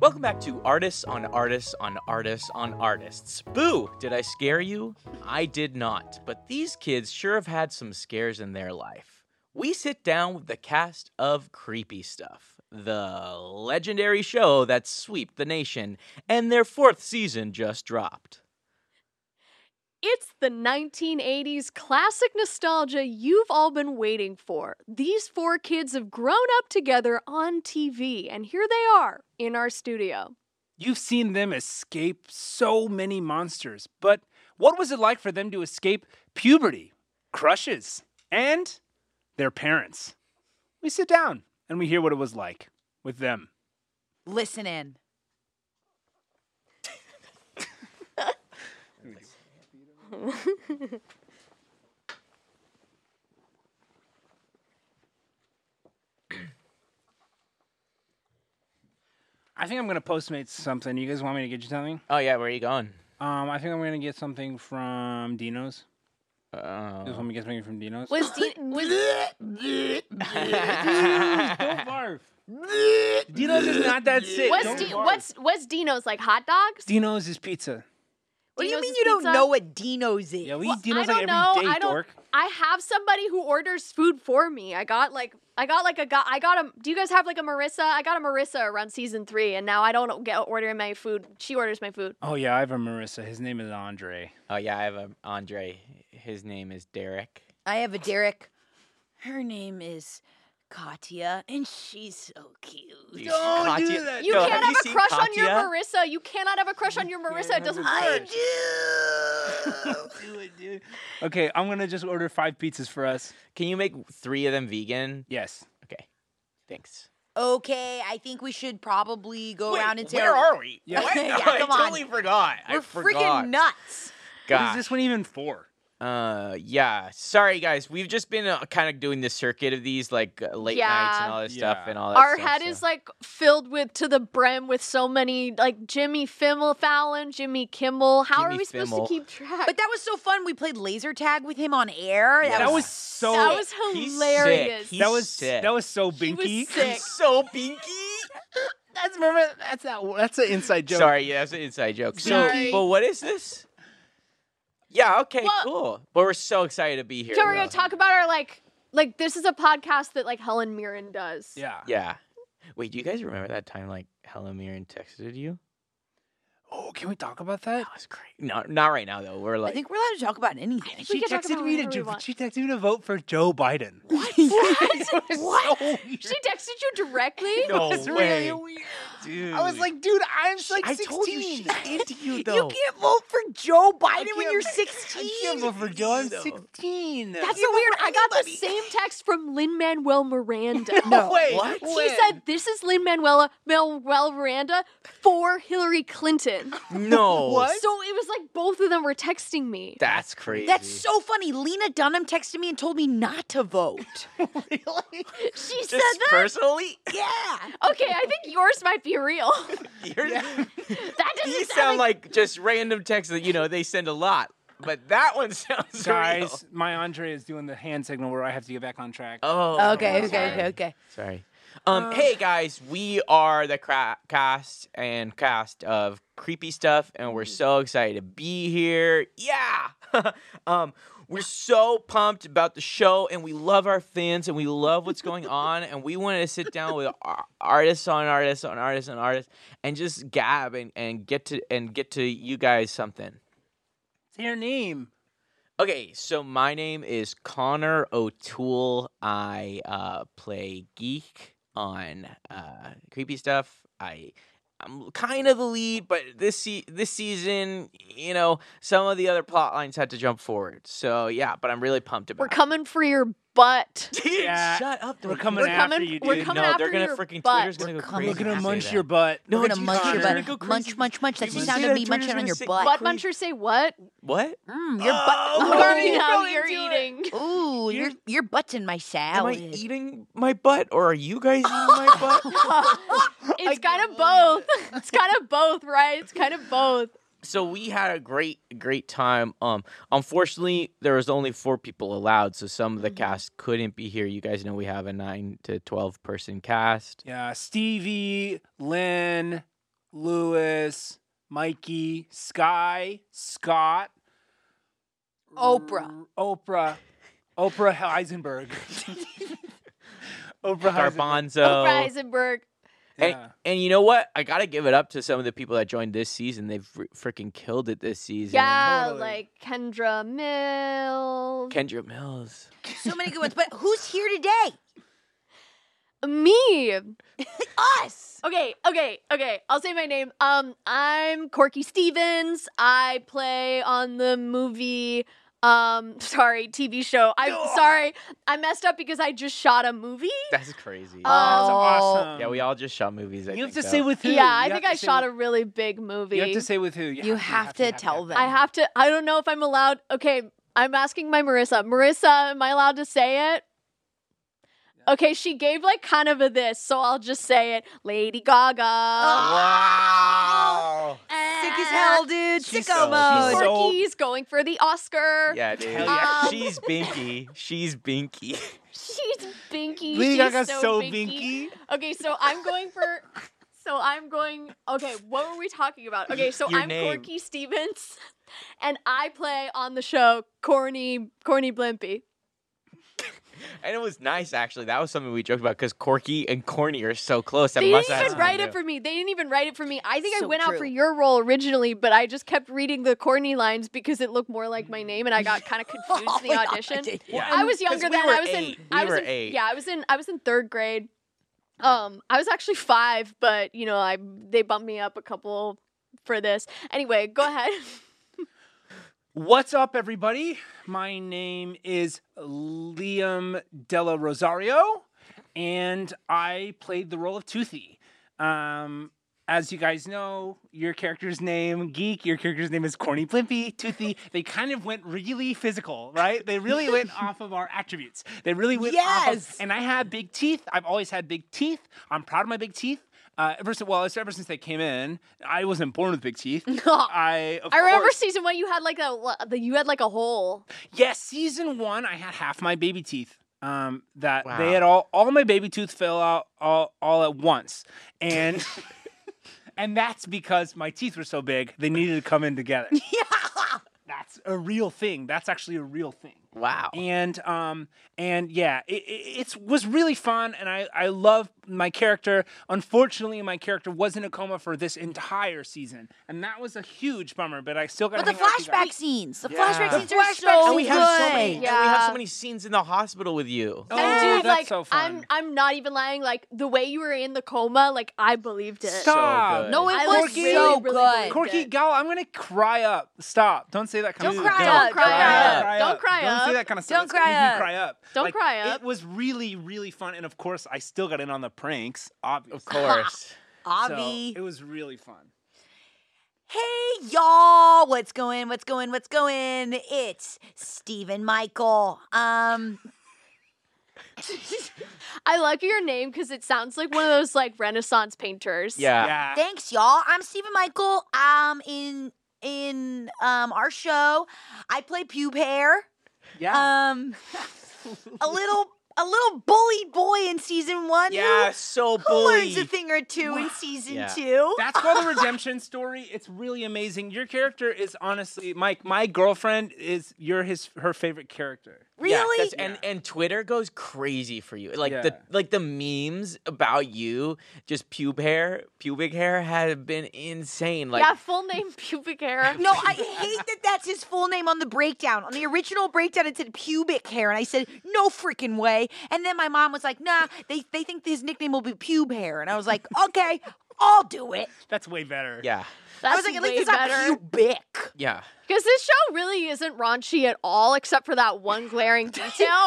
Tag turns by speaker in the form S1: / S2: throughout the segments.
S1: Welcome back to Artists on Artists on Artists on Artists. Boo! Did I scare you? I did not, but these kids sure have had some scares in their life. We sit down with the cast of Creepy Stuff, the legendary show that swept the nation, and their fourth season just dropped.
S2: It's the 1980s classic nostalgia you've all been waiting for. These four kids have grown up together on TV, and here they are in our studio.
S3: You've seen them escape so many monsters, but what was it like for them to escape puberty, crushes, and their parents? We sit down and we hear what it was like with them.
S4: Listen in.
S3: I think I'm gonna postmate something. You guys want me to get you something?
S1: Oh, yeah, where are you going?
S3: Um, I think I'm gonna get something from Dino's. You guys
S1: Uh,
S3: want me to get something from Dino's?
S2: Was Dean was
S3: Don't barf. Dino's is not that sick.
S2: was
S3: Don't
S2: Di-
S3: barf.
S2: what's was Dino's like hot dogs?
S3: Dino's is pizza.
S4: What do you
S2: Dino's
S4: mean
S2: is
S4: you don't
S2: pizza?
S4: know what Dino's is?
S3: Yeah, we
S2: Well,
S3: eat Dino's
S2: I
S3: like every
S2: don't
S3: day,
S2: know. I don't.
S3: dork.
S2: I have somebody who orders food for me. I got like I got like a guy. I got a. Do you guys have like a Marissa? I got a Marissa around season three, and now I don't get ordering my food. She orders my food.
S3: Oh yeah, I have a Marissa. His name is Andre.
S1: oh, yeah, I have a Andre. His name is Derek.
S4: I have a Derek. Her name is Katya, and she's so cute.
S1: Jeez, Katya-
S2: You
S1: No,
S2: can't
S1: have
S2: have,
S1: you
S2: a
S1: seen
S2: crush on your
S1: Katya?
S2: Marissa. You cannot have a crush on your Marissa. It doesn't work.
S4: I do.
S3: Okay, I'm gonna just order five pizzas for us.
S1: Can you make three of them vegan?
S3: Yes.
S1: Okay, thanks.
S4: okay, I think we should probably go around and tear.
S1: where are we?
S3: Yeah.
S4: What? Yeah,
S1: I
S4: come on.
S1: totally forgot. I
S4: We're
S1: forgot.
S4: freaking nuts.
S3: What is
S1: Gosh.
S3: this one even for?
S1: Uh, yeah. Sorry, guys. We've just been uh, kind of doing the circuit of these like uh, late nights and
S2: Yeah.
S1: all this stuff
S3: Yeah.
S1: and all that.
S2: Our
S1: stuff,
S2: head
S1: so-
S2: is like filled with to the brim with so many like Jimmy Fimmel Fallon, Jimmy Kimmel. How are
S1: Jimmy
S2: we supposed
S1: Fimmel.
S2: to keep track?
S4: But that was so fun. We played laser tag with him on air.
S1: Yeah.
S4: That,
S3: That
S4: was,
S3: was so.
S2: that was
S1: He's
S2: hilarious.
S1: sick. He's
S3: that was
S1: sick.
S3: that was so
S2: He was
S3: binky.
S2: sick.
S1: He's so pinky.
S3: That's remember that's that that's an inside joke.
S1: Sorry, yeah, that's an inside joke. So,
S2: Sorry.
S1: but what is this? Yeah. Okay.
S2: Well-
S1: cool. But we're so excited to be here.
S2: So we're gonna
S1: though.
S2: talk about our like like this is a podcast that like Helen Mirren does.
S3: Yeah.
S1: Yeah. Wait, do you guys remember that time like Helen Mirren texted you?
S3: Oh, can we talk about that?
S1: That was great. No, not right now though. We're
S4: I
S1: like,
S4: think we're allowed to talk about anything.
S2: We
S3: She
S2: can talk
S3: texted
S2: about
S3: me to
S2: whatever we
S3: ju-
S2: want.
S3: she texted me to vote for Joe Biden.
S4: What?
S3: It was
S4: What?
S3: so weird.
S2: She texted you directly.
S1: No
S3: It was
S1: way.
S3: really weird.
S1: dude.
S3: I was like, dude, I'm like
S1: I
S3: 16.
S1: told you she's into you though.
S4: You can't vote for Joe Biden when
S3: can't
S4: you're
S3: vote-
S4: 16.
S3: I can't vote for Joe. I'm
S1: though.
S3: 16.
S2: That's so weird. I got the same text from Lin Manuel Miranda.
S4: No.
S3: Wait,
S1: What?
S2: She said, "This is Lin Manuel Manuel Miranda for Hillary Clinton."
S1: no.
S3: What?
S2: So it was like both of them were texting me.
S1: That's crazy.
S4: That's so funny. Lena Dunham texted me and told me not to vote.
S3: really?
S2: She
S1: Just
S2: said that.
S1: personally,
S4: yeah.
S2: okay, I think yours might be real.
S1: you're,
S2: that doesn't
S1: these sound like just random texts that you know they send a lot, but that one sounds real.
S3: Guys, my Andre is doing the hand signal where I have to get back on track.
S1: Oh, sorry.
S4: Okay, okay, okay, okay.
S1: Sorry. Um, hey guys, we are the cra- cast and cast of creepy stuff, and we're so excited to be here. Yeah. um, we're so pumped about the show, and we love our fans, and we love what's going on, and we wanted to sit down with ar- artists on artists on artists on artists, and just gab and, and get to and get to you guys something.
S3: Say your name.
S1: Okay, so my name is Connor O'Toole. I uh, play geek on uh, creepy stuff. I I'm kind of the lead, but this se- this season, you know, some of the other plot lines had to jump forward. So yeah, but I'm really pumped about.
S2: we're coming for your butt.
S1: It. Dude,
S3: Yeah,
S1: shut up!
S3: We're
S1: dude.
S3: coming
S2: We're
S3: after
S2: coming-
S3: you, dude.
S2: we're coming
S1: no,
S2: after
S1: they're gonna
S2: your
S1: freaking
S2: butt.
S1: Twitter's gonna
S4: We're
S1: go
S4: coming-
S1: crazy.
S3: We're gonna
S1: after
S3: munch
S1: that.
S3: your butt.
S1: No,
S4: We're gonna
S1: dude,
S4: munch
S1: Connor.
S4: your
S1: They're gonna go
S4: butt. Munch,
S1: crazy.
S4: munch, munch. That's
S1: Dude,
S4: the
S1: you
S4: sound
S1: see
S4: of
S1: that
S4: me
S1: Twitter's
S4: munching on
S1: gonna
S4: your
S1: say-
S4: butt.
S2: What muncher say what?
S1: What?
S4: Mm, your
S1: Oh,
S2: Oh,
S1: Barney,
S2: now
S1: don't
S2: you're
S1: do it.
S2: eating.
S4: Ooh, your
S1: You're-
S4: your butt's in
S1: Am
S4: my
S1: I
S4: salad.
S1: Oh, eating my butt, or are you guys eating my butt?
S2: it's kind of both. It's kind of both, right? It's kind of both.
S1: so we had a great great time um unfortunately there was only four people allowed so some
S2: Mm-hmm.
S1: of the cast couldn't be here you guys know we have a nine to 12 person cast
S3: Yeah, Stevie, Lynn, Lewis, Mikey, Sky, Scott,
S2: Oprah.
S3: R- Oprah, Oprah Heisenberg, Oprah Heisenberg.
S1: Garbanzo.
S2: Oprah Eisenberg.
S1: And,
S3: Yeah.
S1: and you know what? I gotta give it up to some of the people that joined this season. They've fr- freaking killed it this season.
S2: Yeah,
S3: totally.
S2: like Kendra Mills.
S1: Kendra Mills.
S4: So many good ones. But who's here today?
S2: Me.
S4: Us.
S2: Okay, okay, okay. I'll say my name. Um, I'm Corky Stevens. I play on the movie. Um, sorry, TV show. I'm sorry. I messed up because I just shot a movie.
S1: That's crazy.
S2: Uh,
S3: That's
S2: Oh.
S3: awesome.
S1: yeah, we all just shot movies. I
S3: You have to
S1: think,
S3: say
S1: though.
S3: with who.
S2: yeah,
S3: You
S2: I
S3: have
S2: think
S3: to
S2: I
S3: say
S2: shot a
S3: with-
S2: really big movie.
S3: You have to say with who.
S4: You have to tell them.
S2: I have to. I don't know if I'm allowed. Okay, I'm asking my Marissa. Marissa, am I allowed to say it? Okay, she gave like kind of a this, so I'll just say it. Lady Gaga.
S1: Wow.
S4: Ah, Sick as hell, dude.
S3: She's
S4: Sicko
S1: so-
S4: mode.
S1: she's so-
S2: Corky's Oh, going for the Oscar.
S1: Yeah, dude.
S3: Hell
S2: yeah. Um,
S1: She's Binky. She's Binky.
S2: She's binky.
S3: Lady
S2: She's
S3: Gaga's
S2: so,
S3: so
S2: binky.
S3: binky.
S2: Okay, so I'm going for. So I'm going. Okay, what were we talking about? Okay, so
S1: Your
S2: I'm
S1: name.
S2: Corky Stevens, and I play on the show Corny Corny Blimpy.
S1: And it was nice, actually. That was something we joked about because Corky and Corny are so close. That
S2: they
S1: must
S2: didn't
S1: have
S2: even
S1: something
S2: write
S1: to
S2: it
S1: do.
S2: for me. They didn't even write it for me. I think I
S4: So
S2: went out for
S4: true.
S2: your role originally, but I just kept reading the corny lines because it looked more like my name, and I got kind of confused in the
S4: Oh
S2: audition.
S1: Yeah.
S2: I was
S1: 'Cause
S2: younger
S1: we
S2: then.
S1: were
S2: I was
S1: eight.
S2: in. I
S1: We
S2: was
S1: were
S2: in,
S1: eight.
S2: Yeah, I was in. I was in third grade. Um, I was actually five, but you know, I they bumped me up a couple for this. Anyway, go ahead.
S3: What's up, everybody? My name is Liam Della Rosario, and I played the role of Toothy. Um, as you guys know, your character's name, Geek, your character's name is Corny Blimpy, Toothy. They kind of went really physical, right? They really went off of our attributes. They really went off of
S4: Yes.
S3: and I have big teeth. I've always had big teeth. I'm proud of my big teeth. Uh, ever since, well, it's ever since they came in, I wasn't born with big teeth. I, of
S2: I remember
S3: course-
S2: season one. You had like a lo- the you had like a hole.
S3: Yes, season one, I had half my baby teeth. Um, that
S1: Wow.
S3: they had all all my baby tooth fell out all all at once, and and that's because my teeth were so big they needed to come in together. That's a real thing. That's actually a real thing
S1: Wow.
S3: and um and yeah it, it it's, was really fun and i i love my character unfortunately my character was in a coma for this entire season and that was a huge bummer but i still got
S4: But the
S3: hang out with you
S4: flashback
S3: guys.
S4: scenes. The
S1: Yeah.
S4: flashback
S1: The
S4: scenes are
S2: flashback
S4: so
S1: and we have so many.
S4: good.
S2: Yeah.
S1: And we have so many scenes in the hospital with you.
S3: Oh,
S2: and dude,
S3: that's
S2: like
S3: so
S2: I'm
S3: fun.
S2: I'm not even lying. Like the way you were in the coma, like I believed it.
S3: Stop.
S1: good.
S4: No, it
S2: I
S4: was
S2: really, really
S4: so good.
S2: believed
S3: corky
S2: it.
S3: gal i'm gonna cry up stop don't say that kind
S4: Don't
S3: of
S4: cry
S3: stuff.
S4: up, don't cry
S1: up,
S2: don't cry
S3: don't say
S2: up.
S3: that kind of stuff
S4: Don't
S3: That's gonna
S4: cry
S3: make me
S4: up.
S3: cry up
S2: Don't
S3: Like,
S2: cry up.
S3: it was really really fun and of course i still got in on the pranks obviously
S1: Of course.
S3: So,
S4: Avi.
S3: it was really fun
S4: Hey y'all, what's going? What's going? What's going? It's Stephen Michael. Um,
S2: I like your name because it sounds like one of those like Renaissance painters.
S1: yeah.
S3: yeah
S4: thanks y'all. I'm Stephen Michael. Um, in in um our show, I play pube hair.
S3: yeah
S1: Ah.
S4: Um, a little a little bullied boy in season one. who-
S1: Yeah, so
S4: who,
S1: bully.
S4: learns a thing or two in season
S1: Yeah.
S4: two.
S3: That's called the redemption story. It's really amazing. Your character is honestly, Mike. My girlfriend is you're his her favorite character.
S1: Yeah,
S4: really?
S1: that's- and and Twitter goes crazy for you. Like the
S3: Yeah.
S1: like the memes about you, just pube hair, pubic hair have been insane. Like
S2: yeah, full name pubic hair.
S4: No, I hate that that's his full name on the breakdown. On the original breakdown, it said pubic hair, and I said, no freaking way. And then my mom was like, nah, they, they think his nickname will be pube hair. And I was like, okay, I'll do it.
S3: That's way better.
S1: yeah,
S2: That's
S4: I was like, at
S2: way
S4: least it's
S2: better.
S4: not pubic.
S1: yeah.
S2: Because this show really isn't raunchy at all, except for that one glaring detail,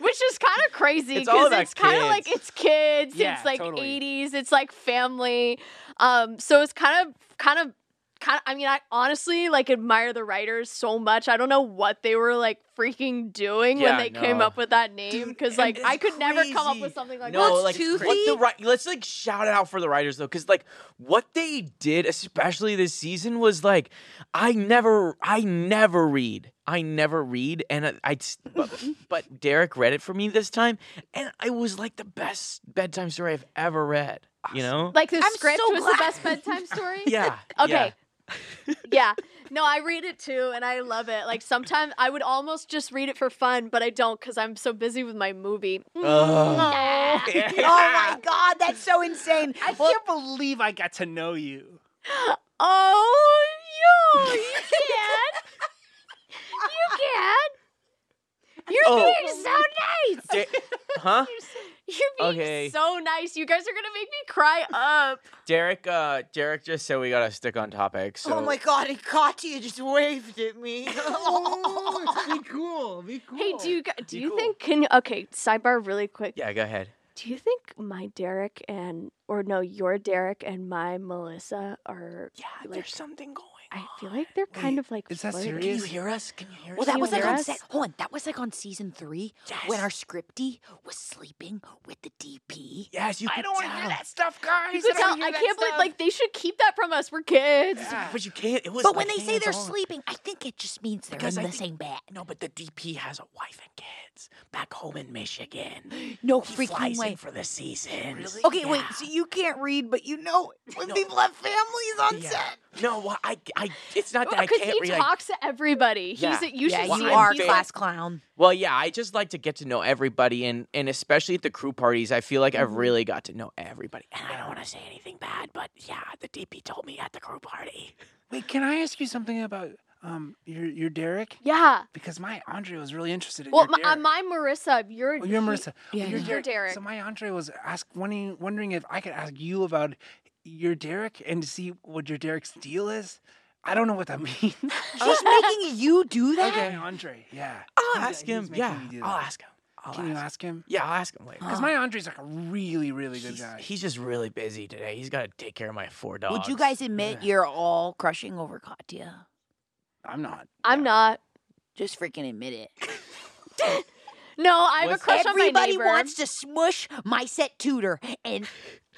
S2: which is kind of crazy.
S1: It's all
S2: Because
S1: about
S2: it's kind of
S1: kids.
S2: like it's kids,
S3: Yeah,
S2: it's like
S3: totally.
S2: 80s, it's like family. Um, so it's kind of, kind of, kind of. I mean, I honestly like admire the writers so much. I don't know what they were like freaking doing
S1: Yeah,
S2: when they
S1: I
S2: came
S1: know.
S2: up with that name.
S1: and
S2: Because like I
S1: it's
S2: could never come up
S1: crazy.
S2: with something like
S1: no,
S4: What's
S2: that.
S1: like
S4: toothy?
S1: what the ri- let's like shout out for the writers though, because like what they did, especially this season, was like I never, I never read, I never read, and I, I s- but, but Derek read it for me this time, and it was like the best bedtime story I've ever read. You know?
S2: Like the
S4: I'm
S2: script
S4: so
S2: was
S4: glad.
S2: the best bedtime story.
S1: yeah. yeah.
S2: Okay. yeah. No, I read it too and I love it. Like sometimes I would almost just read it for fun, but I don't because I'm so busy with my movie.
S3: Ah.
S1: Ugh.
S4: Oh my god, that's so insane.
S3: I can't believe I got to know you.
S2: Oh, yo, you can't. you can't. You're
S1: Oh.
S2: being so nice.
S1: Da- huh?
S2: You're being
S1: Okay.
S2: so nice. You guys are gonna make me cry up.
S1: Derek uh Derek just said we gotta stick on topic. So
S4: Oh my god, and Katya just waved at me.
S3: Oh
S5: be cool. Be cool.
S2: Hey, do you gu- do
S3: Be
S2: you
S3: cool.
S2: think can okay sidebar really quick?
S1: Yeah, go ahead.
S2: Do you think my Derek and or no your Derek and my Melissa are yeah? Like,
S1: something going
S2: I feel like they're kind of like
S3: is that
S2: flirting.
S3: serious? Can you
S1: hear us? Can you hear
S4: Well, that
S2: you
S4: was like
S2: hear
S4: on
S2: us?
S4: se- hold on, that was like on season three
S1: Yes.
S4: when our scripty was sleeping with the DP.
S1: Yes, you
S3: I
S1: could
S3: don't want to hear
S1: tell.
S3: that stuff, guys.
S2: You could
S3: I don't
S2: tell.
S3: wanna
S2: I
S3: hear
S2: can't
S3: that
S2: believe like they should keep that from us. We're kids.
S3: stuff.
S1: But you can't. It was
S4: But when
S1: like
S4: they say they're
S1: hands-on.
S4: sleeping, I think it just means they're
S1: Because
S4: in
S1: I
S4: the
S1: think-
S4: same bed.
S1: No, but the DP has a wife and kids back home in Michigan.
S4: No
S1: He
S4: freaking
S1: flies
S4: way.
S1: in for the season. Really?
S4: Okay, wait. So you can't read, but you know it when people have families on
S1: Yeah.
S4: set.
S1: No, well, I, I, it's not that I
S2: Because
S1: can't
S2: he
S1: read. I-
S2: talks to everybody.
S1: Yeah.
S2: He's you
S4: yeah,
S2: should see
S4: you
S2: him.
S4: are
S2: He's like-
S4: class clown.
S1: well, yeah, I just like to get to know everybody, and and especially at the crew parties, I feel like
S4: Mm-hmm.
S1: I've really got to know everybody. And I don't want to say anything bad, but yeah, the DP told me at the crew party.
S3: Wait, can I ask you something about um your your Derek?
S2: yeah.
S3: Because my Andre was really interested in
S2: Well,
S3: your
S2: my,
S3: Derek.
S2: uh, my Marissa, you're
S3: Oh, you're Marissa.
S4: Yeah,
S3: Oh,
S4: yeah.
S3: you're
S2: You're Derek.
S3: Derek. So my Andre was ask wondering, wondering if I could ask you about your Derek and to see what your Derek's deal is. I don't know what that means.
S4: She's making you do that.
S3: My Andre, yeah.
S1: I'll
S3: He's-
S1: ask
S3: he was
S1: him.
S3: making
S1: Yeah,
S3: me do
S1: I'll
S3: that.
S1: ask him. I'll
S3: Can you
S1: ask.
S3: ask him?
S1: Yeah, I'll ask him later.
S3: Because my Andre's like a really, really good
S1: He's,
S3: guy.
S1: he's just really busy today. He's got to take care of my four dogs.
S4: Would you guys admit you're all crushing over Katya?
S3: I'm not.
S2: I'm not.
S4: Just freaking admit it.
S2: No, I have
S1: What's-
S2: a crush on my
S4: Everybody
S2: neighbor.
S4: wants to smush my set tutor, and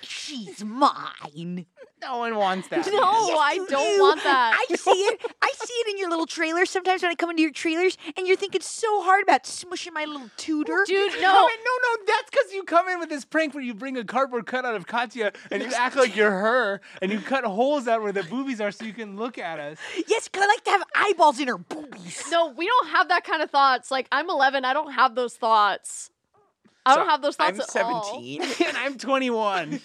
S4: she's mine.
S3: No one wants that.
S2: No, I
S4: you
S2: don't
S4: do.
S2: want that.
S4: I see it. I see it in your little trailers sometimes when I come into your trailers, and you're thinking so hard about smushing my little tutor.
S2: Dude,
S3: No,
S2: no.
S3: wait, no, no. That's because you come in with this prank where you bring a cardboard cutout of Katya and you act like you're her and you cut holes out where the boobies are so you can look at us.
S4: Yes, because I like to have eyeballs in her boobies.
S2: No, we don't have that kind of thoughts. Like I'm 11, I don't have those thoughts. I don't
S1: So
S2: have those thoughts
S1: I'm
S2: at all.
S1: 17.
S3: and I'm 21.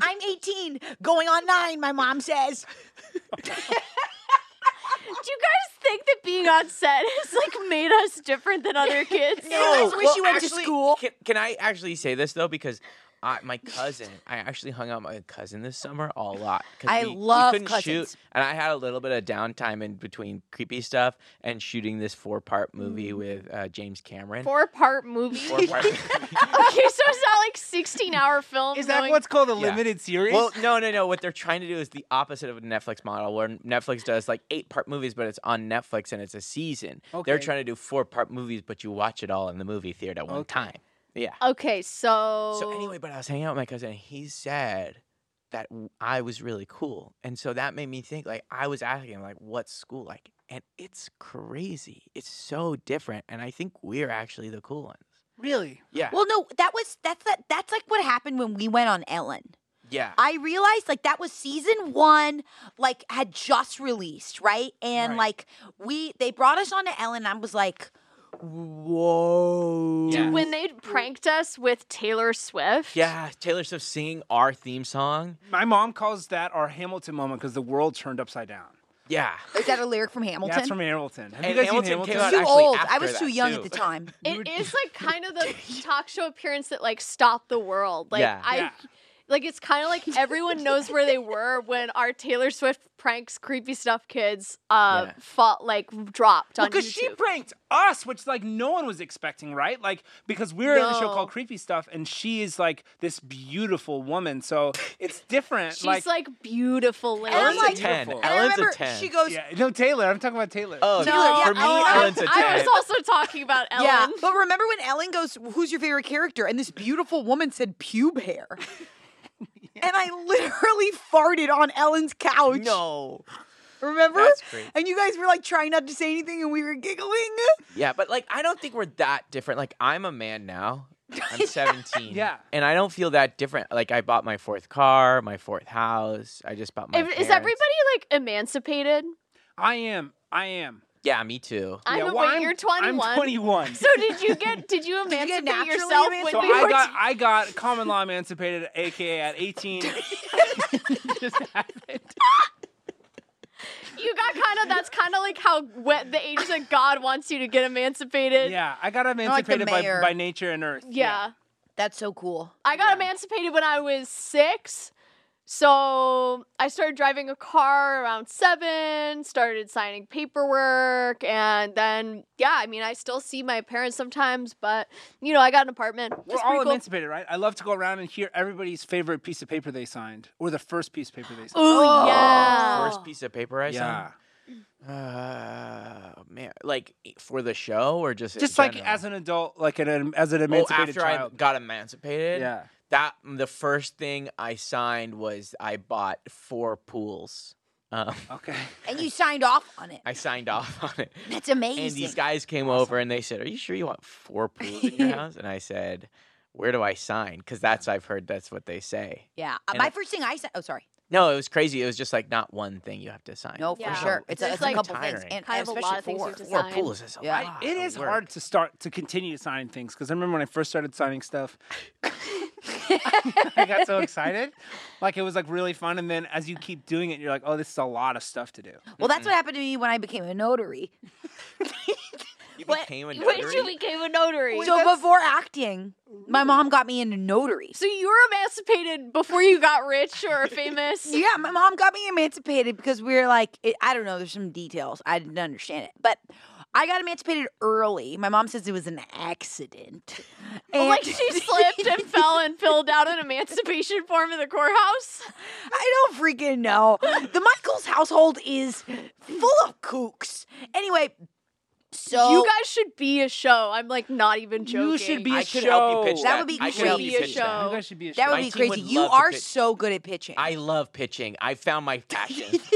S4: I'm 18, going on nine. My mom says.
S2: Do you guys think that being on set has like made us different than other kids?
S4: No. guys wish you went to
S1: actually,
S4: school?
S1: Can, can I actually say this though? Because I, my cousin, I actually hung out with my cousin this summer a lot. 'cause
S4: I
S1: we- we
S4: love
S1: couldn't
S4: cousins.
S1: Shoot, and I had a little bit of downtime in between creepy stuff and shooting this four-part movie
S4: Mm.
S1: with uh, James Cameron.
S2: Four part movie. okay, so
S1: Four-part movie.
S2: it's not like 16 hour film.
S3: Is that
S2: going-
S3: what's called a
S1: Yeah.
S3: limited series?
S1: Well, no, no, no. What they're trying to do is the opposite of a Netflix model, where Netflix does like eight-part movies, but it's on Netflix and it's a season. They're
S3: Okay.
S1: trying to do four-part movies, but you watch it all in the movie theater at one
S3: Okay.
S1: time. Yeah.
S2: Okay, so
S1: So anyway, but I was hanging out with my cousin, and he said that w- I was really cool, and so that made me think. Like I was asking, like, what's school like? And it's crazy. It's so different, and I think we're actually the cool ones.
S3: really?
S1: Yeah.
S4: Well, no, that was that's that that's like what happened when we went on Ellen.
S1: yeah.
S4: I realized like that was season one, like had just released, right? And
S1: Right.
S4: like we they brought us on to Ellen and I was like, Whoa.
S3: Yeah.
S2: when they pranked us with Taylor Swift.
S1: yeah. Taylor Swift singing our theme song.
S3: My mom calls that our Hamilton moment because the world turned upside down.
S1: Yeah.
S4: Is that a lyric from
S3: Yeah,
S4: Hamilton?
S3: That's from Hamilton. Have
S1: And
S3: you guys
S1: Hamilton
S3: seen
S1: came out
S3: Hamilton?
S4: too
S1: actually
S4: old. I
S1: after
S4: was
S1: that,
S4: too young at
S1: too.
S4: the time.
S2: It is like kind of the talk show appearance that like stopped the world. Like
S1: Yeah.
S2: I
S3: Yeah.
S2: like it's kind of like everyone knows where they were when our Taylor Swift pranks creepy stuff kids uh
S1: Yeah.
S2: fought like dropped on
S3: because
S2: YouTube.
S3: she pranked us, which like no one was expecting, right? Like because we're in a show
S2: No.
S3: called Creepy Stuff, and she is like this beautiful woman, so it's different.
S2: She's like, beautiful lady.
S4: I'm
S1: Ellen's
S4: like-
S1: a ten.
S3: Beautiful.
S4: And I
S1: Ellen's a
S4: remember
S1: ten.
S4: she goes,
S3: yeah, no Taylor. I'm talking about Taylor.
S1: oh,
S4: Taylor, yeah,
S1: for me,
S4: I- I-
S1: Ellen's a ten.
S2: I was also talking about Ellen.
S4: Yeah. But remember when Ellen goes, Who's your favorite character? And this beautiful woman said pube hair. And I literally farted on Ellen's couch.
S1: no.
S4: Remember?
S1: That's great.
S4: And you guys were like trying not to say anything and we were giggling.
S1: Yeah, but like I don't think we're that different. Like I'm a man now. I'm 17.
S3: Yeah.
S1: And I don't feel that different. Like I bought my fourth car, my fourth house. I just bought my.
S2: Is- Is
S1: parents.
S2: everybody like emancipated?
S3: I am. I am.
S1: Yeah, me too.
S2: I
S3: yeah,
S2: know.
S3: well,
S2: wait,
S3: I'm-
S2: you're 21.
S3: I'm 21.
S2: So did you get? Did you
S4: you get
S2: emancipate
S4: naturally
S2: yourself
S3: So
S2: when we
S3: I
S2: were?
S3: got I got common law emancipated, aka at 18. Just happened.
S2: you got kind of. That's kind of like how wet the age that God wants you to get emancipated.
S3: Yeah, I got
S4: the
S3: emancipated by,
S4: mayor.
S3: by nature and earth.
S2: Yeah.
S4: That's so cool.
S2: I got emancipated when I was six. So I started driving a car around seven, started signing paperwork, and then yeah, I mean I still see my parents sometimes, but you know, I got an apartment.
S3: We're
S2: It's
S3: all
S2: pretty cool.
S3: emancipated, right? I love to go around and hear everybody's favorite piece of paper they signed, or the first piece of paper they signed.
S2: Ooh, yeah.
S1: First piece of paper I
S3: Oh. yeah,
S1: saw. Uh, man, like for the show or just in
S3: just like
S1: general?
S3: as an adult, like an as an
S1: oh,
S3: emancipated
S1: after I
S3: child.
S1: got emancipated.
S3: yeah,
S1: That the first thing I signed was I bought four pools. Um,
S3: okay.
S4: And you signed off on it.
S1: I signed off on it.
S4: That's amazing.
S1: And these guys came over and they said, "Are you sure you want four pools in your house?" And I said, "Where do I sign?" Because that's I've heard that's what they say.
S4: yeah.
S1: and
S4: My
S1: it-
S4: first thing I said. Oh, sorry.
S1: No, it was crazy. It was just like not one thing you have to sign.
S4: No, for
S2: Yeah.
S4: sure.
S2: It's
S4: It's, a,
S2: just
S4: it's
S2: like
S4: a couple things,
S1: tiring.
S4: and
S2: Kind of a
S4: especially
S2: lot of things you
S4: four.
S2: have to
S1: Four
S2: sign.
S1: pools is a
S4: Yeah.
S1: lot.
S3: It
S1: of
S3: is
S1: work.
S3: hard to start to continue to sign things because I remember when I first started signing stuff, I got so excited, like it was like really fun, and then as you keep doing it, you're like, oh, this is a lot of stuff to do.
S4: Well, that's
S1: Mm-hmm.
S4: what happened to me when I became a notary.
S1: You
S2: What-
S1: became a
S2: When
S1: notary?
S2: you became a notary.
S4: so before acting, my mom got me into notary.
S2: so you were emancipated before you got rich or famous.
S4: Yeah, my mom got me emancipated because we were like, it, I don't know, there's some details. I didn't understand it. But I got emancipated early. My mom says it was an accident. And
S2: Like Oh she slipped and fell and filled out an emancipation form in the courthouse.
S4: I don't freaking know. The Michaels household is full of kooks. Anyway, so.
S2: You guys should be a show. I'm like not even joking.
S3: You should be
S1: I
S3: a
S1: could
S3: show.
S1: help you pitch that.
S4: That would be
S1: I could help
S4: great.
S1: you
S2: Be a
S1: pitch that.
S2: show.
S3: You guys should be a show.
S4: that would
S1: my
S4: be
S1: team
S4: crazy.
S1: would
S4: you
S1: love to
S4: are
S1: pitch.
S4: so good at pitching.
S1: I love pitching. I found my passion.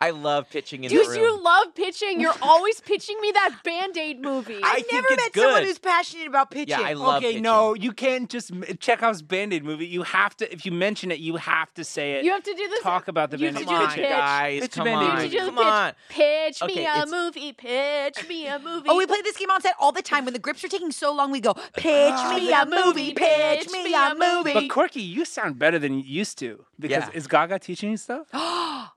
S1: I love pitching in
S2: Dude,
S1: the room.
S2: you love pitching. You're always pitching me that Band Aid movie.
S1: I
S4: I've
S1: think
S4: never
S1: it's
S4: met someone
S1: good.
S4: who's passionate about pitching. Oh,
S1: yeah, I love
S3: okay,
S1: pitching.
S3: no, you can't just m- Chekhov's Band-Aid movie. You have to, if you mention it, you have to say it.
S2: you have to do this.
S3: talk about the
S2: you have
S3: Band-Aid
S1: Come
S2: to do the
S1: on,
S2: pitch.
S1: guys.
S3: Pitch a
S1: come
S3: Band-Aid.
S2: You have to
S1: on.
S2: do the
S1: Come
S2: pitch.
S1: on.
S2: Pitch
S1: Okay,
S2: me a
S1: it's-
S2: movie. Pitch me a movie.
S4: Oh, we play this game on set all the time. When the grips are taking so long, we go, pitch me a movie, pitch me a
S3: But
S4: movie.
S3: Corky, you sound better than you used to because
S1: Yeah.
S3: is Gaga teaching you stuff?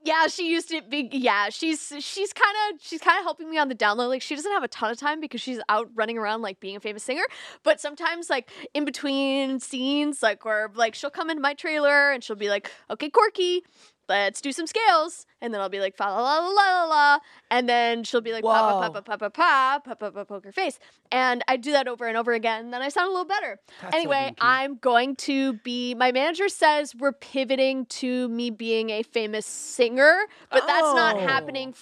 S2: Yeah, she used to be. Yeah, she's she's kind of she's kind of helping me on the download. Like she doesn't have a ton of time because she's out running around like being a famous singer. But sometimes like in between scenes, like or like she'll come into my trailer and she'll be like, "Okay, Corky, let's do some scales," and then I'll be like, "Fa la la la la la," la," and then she'll be like, "Pa pa
S4: Whoa.
S2: pa pa pa pa pa pa pa poker face," and I do that over and over again. And then I sound a little better. anyway,
S3: kinky.
S2: I'm going to be. My manager says we're pivoting to me being a famous singer, but that's not
S4: Oh.
S2: happening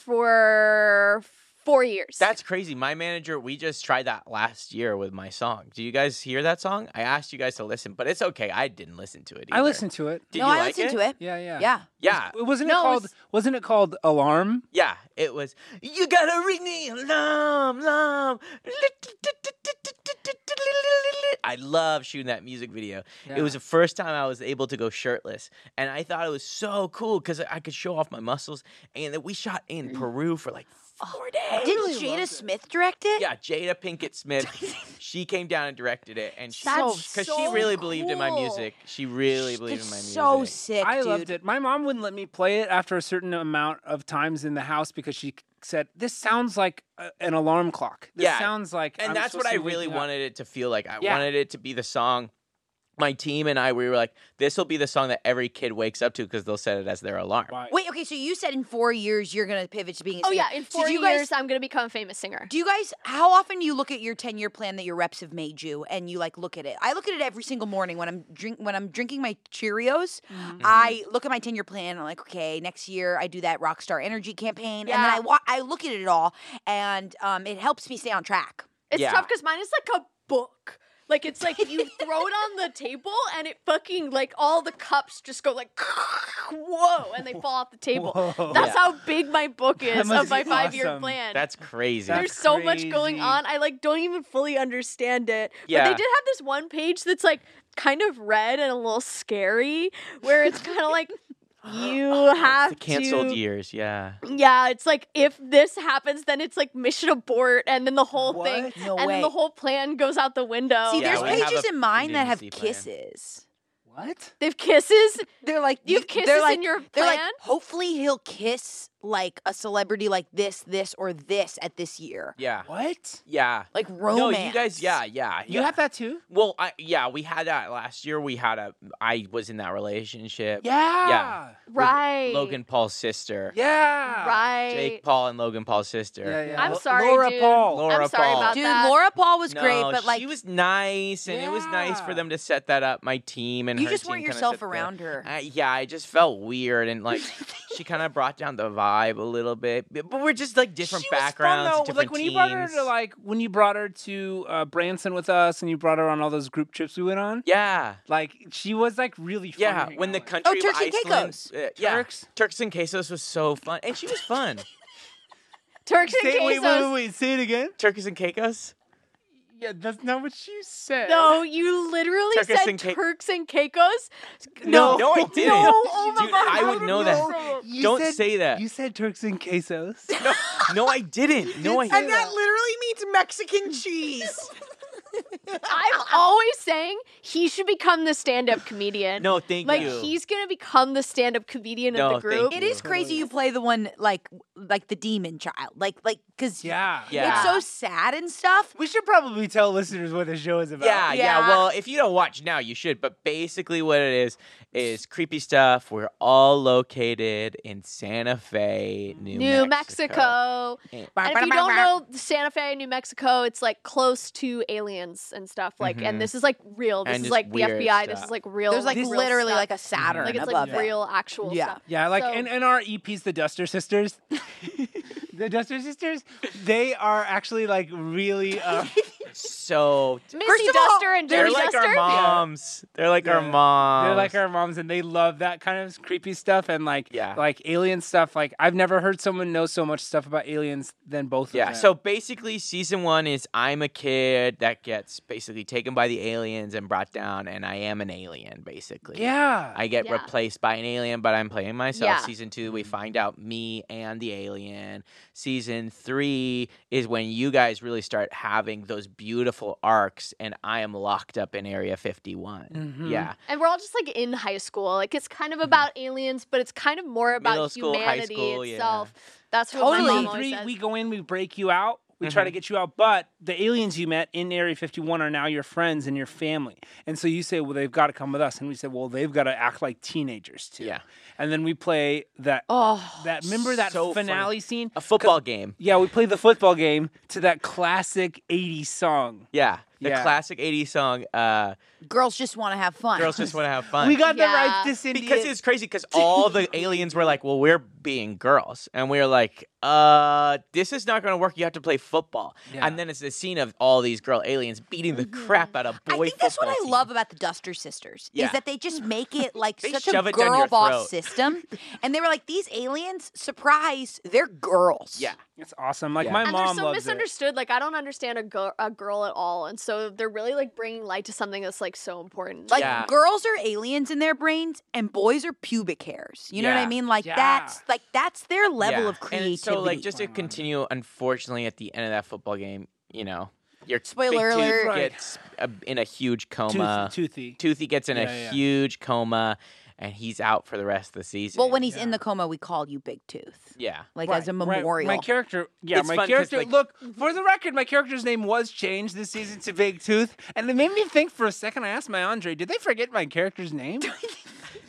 S2: for four years.
S1: That's crazy. My manager, we just tried that last year with my song. Do you guys hear that song? I asked you guys to listen, but it's okay. I didn't listen to it. Either.
S3: I listened to it.
S1: Did
S4: no,
S1: you
S4: I
S1: like
S4: listened
S1: it?
S4: to it.
S3: Yeah, yeah,
S4: Yeah.
S1: Yeah,
S3: Was, wasn't
S2: No,
S3: it
S2: it
S3: called?
S2: was-
S3: wasn't it called Alarm?
S1: yeah. It was. You gotta ring the alarm, alarm. I love shooting that music video. It was the first time I was able to go shirtless, and I thought it was so cool because I could show off my muscles. And that we shot in Peru for like four days.
S4: Didn't Jada Smith direct it?
S1: Yeah, Jada Pinkett Smith. she came down and directed it, and she
S4: That's
S1: because she
S2: so
S1: really believed in my
S2: cool.
S1: music. She really believed
S4: That's
S1: in my music.
S4: so sick,
S3: I
S4: dude.
S3: loved it. My mom wouldn't let me play it after a certain amount of times in the house because she said, "This sounds like a, an alarm clock. This
S1: Yeah.
S3: sounds like."
S1: and
S3: I'm
S1: that's what
S3: supposed
S1: I
S3: to be
S1: really
S3: waking up."
S1: wanted it to feel like. I
S3: Yeah.
S1: wanted it to be the song. My team and I, we were like, this will be the song that every kid wakes up to because they'll set it as their alarm.
S3: Why?
S4: Wait, okay, so you said in four years you're going to pivot to being a
S2: oh
S4: singer.
S2: yeah, in
S4: So
S2: four
S4: do you guys-
S2: years I'm gonna become a famous singer.
S4: do you guys, how often do you look at your 10 year plan that your reps have made you and you like look at it? I look at it every single morning when I'm drink when I'm drinking my Cheerios.
S1: Mm-hmm.
S4: I look at my 10 year plan and I'm like, okay, next year I do that Rockstar Energy campaign. And then
S2: Yeah.
S4: I, wa- I look at it all and um, it helps me stay on track.
S2: It's
S1: Yeah.
S2: tough because mine is like a book. Like it's like you throw it on the table and it fucking like all the cups just go like whoa and they fall off the table.
S3: Whoa.
S2: That's
S1: Yeah.
S2: how big my book is
S3: must
S2: of my
S3: be
S2: five year
S3: awesome.
S2: plan.
S1: That's crazy.
S3: That's
S2: There's so much going
S3: crazy.
S2: on. I like don't even fully understand it. But
S1: Yeah.
S2: they did have this one page that's like kind of red and a little scary, where it's kind of like you have
S1: Oh, the canceled
S2: to
S1: years. Yeah.
S2: yeah, it's like if this happens, then it's like mission abort, and then the whole thing,
S4: What? No
S2: and then
S4: way.
S2: the whole plan goes out the window.
S4: See,
S1: Oh, Yeah,
S4: there's
S1: we have
S4: pages
S1: a
S4: in mine that have
S1: contingency plan.
S4: kisses.
S3: What?
S2: they have kisses.
S4: They're like
S2: You have
S4: they're
S2: kisses in
S4: like-
S2: your
S4: They're like
S2: plan?
S4: hopefully he'll kiss like a celebrity like this, this, or this at this year.
S1: Yeah.
S3: What?
S1: Yeah.
S4: Like romance.
S1: No, you guys. Yeah. Yeah.
S3: You have that too?
S1: Well, I, yeah, we had that last year. We had a. I was in that relationship.
S3: Yeah.
S2: Right.
S1: Logan Paul's sister.
S3: Yeah.
S2: Right.
S1: Jake Paul and Logan Paul's sister.
S3: Yeah, yeah.
S2: I'm
S3: Lo-
S2: sorry,
S3: Laura
S2: dude.
S3: Paul.
S1: Laura
S2: I'm sorry
S1: Paul.
S2: about
S4: Dude,
S2: that.
S4: Laura Paul was great,
S1: No,
S4: but like
S1: she was nice, and it was nice for
S3: Yeah.
S1: them to set that up. My team and
S4: you
S1: her
S4: just
S1: team
S4: weren't
S1: kinda
S4: yourself
S1: set the-
S4: around her.
S1: I, yeah, I just felt weird, and like she kind of brought down the vibe a little bit. But but we're just like different
S3: she
S1: backgrounds,
S3: Was fun, though.
S1: different
S3: like when you brought her to
S1: teams.
S3: like when you brought her to uh, Branson with us, and you brought her on all those group trips we went on.
S1: yeah,
S3: Like she was like really fun.
S1: yeah.
S3: to hang
S1: When
S3: out
S1: the
S3: with.
S1: country of
S4: Turks and
S1: Iceland-
S4: Caicos.
S1: uh, yeah,
S3: Turks.
S1: Turks and Caicos was so fun, and she was fun.
S2: Turks and
S3: Say,
S2: Caicos.
S3: wait, wait, wait, wait, say it again.
S1: Turks and Caicos.
S3: Yeah, that's not what you said.
S2: No, you literally
S1: Turkish
S2: said
S1: and Ca-
S2: Turks and Caicos.
S1: No, no, I didn't.
S2: No, oh my
S1: Dude,
S2: God,
S1: I
S2: how
S1: would
S2: did
S1: know
S2: you
S1: that.
S2: know?
S3: You
S1: Don't
S3: said-
S1: say that.
S3: You said Turks and Caicos.
S1: No, I didn't. No, I.
S3: did say
S1: didn't.
S3: that.
S4: literally means Mexican cheese.
S2: I'm always saying he should become the stand-up comedian.
S1: No, thank
S2: like
S1: you.
S2: he's gonna become the stand-up comedian
S1: No,
S2: of the
S1: thank
S2: group.
S1: you.
S4: it is crazy you play the one like like the demon child. Like like cuz
S3: yeah.
S1: Yeah.
S4: it's so sad and stuff.
S3: We should probably tell listeners what the show is about.
S1: Yeah, yeah,
S4: Yeah.
S1: Well, if you don't watch now, you should. But basically, what it is is creepy stuff. We're all located in Santa Fe, New,
S2: New Mexico.
S1: And-
S2: And if you don't know Santa Fe, New Mexico, it's like close to aliens and stuff. Like, and
S1: Mhm.
S2: this is like real. This
S1: And
S2: is
S1: just
S2: like the
S1: weird
S2: FBI. This
S1: stuff.
S2: is like real.
S4: There's like
S2: real
S4: literally
S2: stuff.
S4: like a Saturn
S2: like it's
S4: above
S2: like
S4: it.
S2: real actual
S4: Yeah.
S2: stuff.
S3: Yeah, like
S2: So-
S3: and, and our EPs, the Duster Sisters. the Duster Sisters, they are actually like really uh,
S1: So
S2: Missy
S4: First of all,
S2: Duster and
S1: they're
S2: Dirty
S1: like
S2: Duster.
S1: our moms. They're like our
S3: Yeah.
S1: moms.
S3: they're like our moms and they love that kind of creepy stuff and like
S1: Yeah.
S3: like alien stuff. Like I've never heard someone know so much stuff about aliens than both
S1: Yeah.
S3: of them.
S1: So basically, season one is I'm a kid that gets basically taken by the aliens and brought down, and I am an alien, basically.
S3: Yeah.
S1: I get
S2: Yeah.
S1: replaced by an alien, but I'm playing myself.
S2: Yeah.
S1: Season two, we find out me and the alien. Season three is when you guys really start having those beautiful arcs, and I am locked up in Area 51.
S3: Mhm.
S1: Yeah.
S2: And we're all just like in high school. Like it's kind of about aliens, but it's kind of more about
S1: Mm-hmm. Middle school, high
S2: humanity
S1: school, yeah.
S2: itself. That's what my
S3: Totally.
S2: mom always
S3: Three,
S2: says.
S3: we go in, we break you out, we
S1: Mm-hmm.
S3: try to get you out, but the aliens you met in Area 51 are now your friends and your family. And so you say, well, they've got to come with us. And we say, well, they've got to act like teenagers too.
S1: Yeah.
S3: And then we play that,
S4: Oh,
S3: that remember that
S1: so funny.
S3: finale scene?
S1: A football game.
S3: Yeah, we play the football game to that classic 80s song.
S1: Yeah. The
S3: Yeah.
S1: classic 80s song, uh,
S4: girls just want to have fun.
S1: Girls Just Want to Have Fun.
S3: We got
S2: Yeah.
S3: the rights to Cindy.
S1: because it's crazy because all the aliens were like, well, we're being girls. And we are like, uh, this is not going to work. You have to play football.
S3: Yeah.
S1: And then it's the scene of all these girl aliens beating the crap out of boy
S4: Mm-hmm. I think that's what
S1: football
S4: I
S1: team.
S4: love about the Duster Sisters
S1: Yeah.
S4: is that they just make it like
S1: They
S4: such
S1: shove
S4: a
S1: it down your
S4: girl boss
S1: throat.
S4: system, and they were like, "These aliens, surprise, they're girls."
S1: Yeah.
S3: It's awesome. Like
S1: Yeah.
S3: my
S2: and they're
S3: mom
S2: so
S3: loves it.
S2: misunderstood. Like I don't understand a girl, a girl at all, and so they're really like bringing light to something that's like so important.
S4: Like
S1: Yeah.
S4: girls are aliens in their brains, and boys are pubic hairs. You know what I
S1: Yeah.
S4: mean? Like
S3: Yeah.
S4: that's like that's their level
S1: Yeah.
S4: of creativity.
S1: And so, like, just to
S3: Wow.
S1: continue, unfortunately, at the end of that football game, you know, your
S4: Spoiler
S1: big tooth
S4: alert.
S3: Right.
S1: gets uh, in a huge
S3: Tooth-
S1: coma.
S3: toothy.
S1: Toothy gets in
S3: Yeah,
S1: a
S3: yeah.
S1: huge coma, and he's out for the rest of the season.
S4: well, when he's in
S3: Yeah.
S4: the coma, we call you Big Tooth,
S1: yeah,
S4: like as a
S3: Right, right.
S4: memorial.
S3: My character, yeah,
S1: It's
S3: my
S1: fun 'cause,
S3: character.
S1: like-
S3: look, for the record, my character's name was changed this season to Big Tooth, and it made me think for a second. I asked my Andre, did they forget my character's name?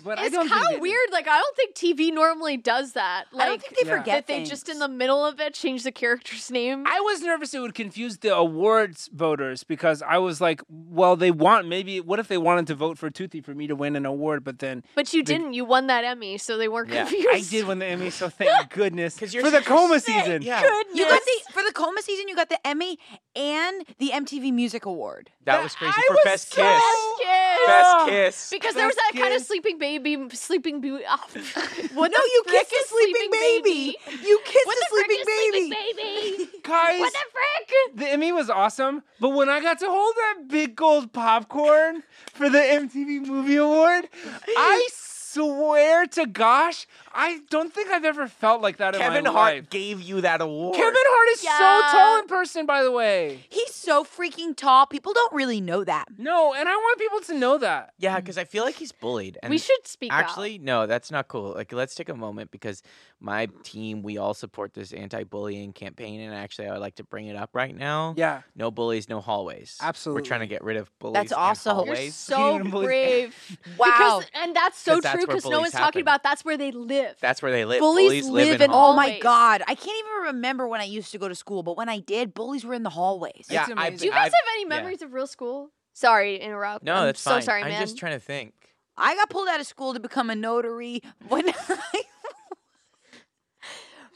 S3: but I
S2: It's
S3: don't. think
S2: kind
S3: they
S2: of
S3: do.
S2: weird. Like I don't think TV normally does that. Like
S4: I don't think they
S3: Yeah.
S4: forget
S2: that they just in
S4: things.
S2: the middle of it change the character's name.
S3: I was nervous it would confuse the awards voters because I was like, well, they want maybe what if they wanted to vote for Toothy for me to win an award, but then
S2: but you
S3: they-
S2: didn't. You won that Emmy, so they weren't
S1: Yeah. I
S2: confused.
S3: I did win the Emmy, so thank goodness
S1: 'Cause you're
S3: for the
S1: such a
S3: coma
S1: snake.
S3: season.
S1: Yeah.
S4: You got the for the coma season. You got the Emmy and the MTV Music Award.
S1: That was crazy
S3: I
S1: for
S3: was
S1: best
S3: so-
S1: kiss.
S2: Best kiss.
S1: Best kiss.
S2: Because there was
S3: Best
S2: that kind of
S3: kiss.
S2: sleeping baby, sleeping beauty. Oh, what
S4: no,
S2: the
S4: you
S2: frick
S4: kissed a
S2: is
S4: sleeping baby. You kissed
S2: What
S4: a
S2: the frick
S4: sleeping
S2: is
S4: baby.
S2: sleeping baby?
S3: Guys,
S2: What the frick?
S3: the Emmy was awesome, but when I got to hold that big gold popcorn for the MTV Movie Award, I swear to gosh, I don't think I've ever felt like that in
S1: Kevin
S3: my
S1: Hart
S3: life.
S1: gave you that award.
S3: Kevin Hart is
S2: Yeah.
S3: so tall in person, by the way.
S4: He's so freaking tall. People don't really know that.
S3: No, and I want people to know that.
S1: Yeah, because I feel like he's bullied. And
S2: we should speak out.
S1: Actually, no, that's not cool. Like, let's take a moment because my team, we all support this anti-bullying campaign, and actually, I would like to bring it up right now.
S3: Yeah.
S1: No bullies, no hallways. We're trying to
S3: Absolutely.
S1: get rid of bullies.
S4: That's
S1: and
S4: also- You're
S2: You're
S1: hallways.
S2: so
S3: Even bullies.
S2: brave.
S4: Wow.
S2: Because, and that's so
S1: 'Cause that's
S2: true
S1: where
S2: because no
S1: bullies
S2: one's
S1: happen.
S2: talking about that's where they live.
S1: That's where they live.
S2: Bullies
S1: live,
S2: live
S1: in
S2: in
S1: hall-
S4: Oh my
S2: Always.
S4: god, I can't even remember when I used to go to school, but when I did, bullies were in the hallways.
S1: Yeah,
S3: It's
S1: I,
S3: amazing.
S2: Do you guys
S1: I've-
S2: have any
S1: yeah.
S2: memories of real school? Sorry to interrupt.
S1: No,
S2: I'm
S1: that's
S2: so
S1: fine.
S2: sorry,
S1: I'm
S2: man.
S1: just trying to think.
S4: I got pulled out of school to become a notary when I,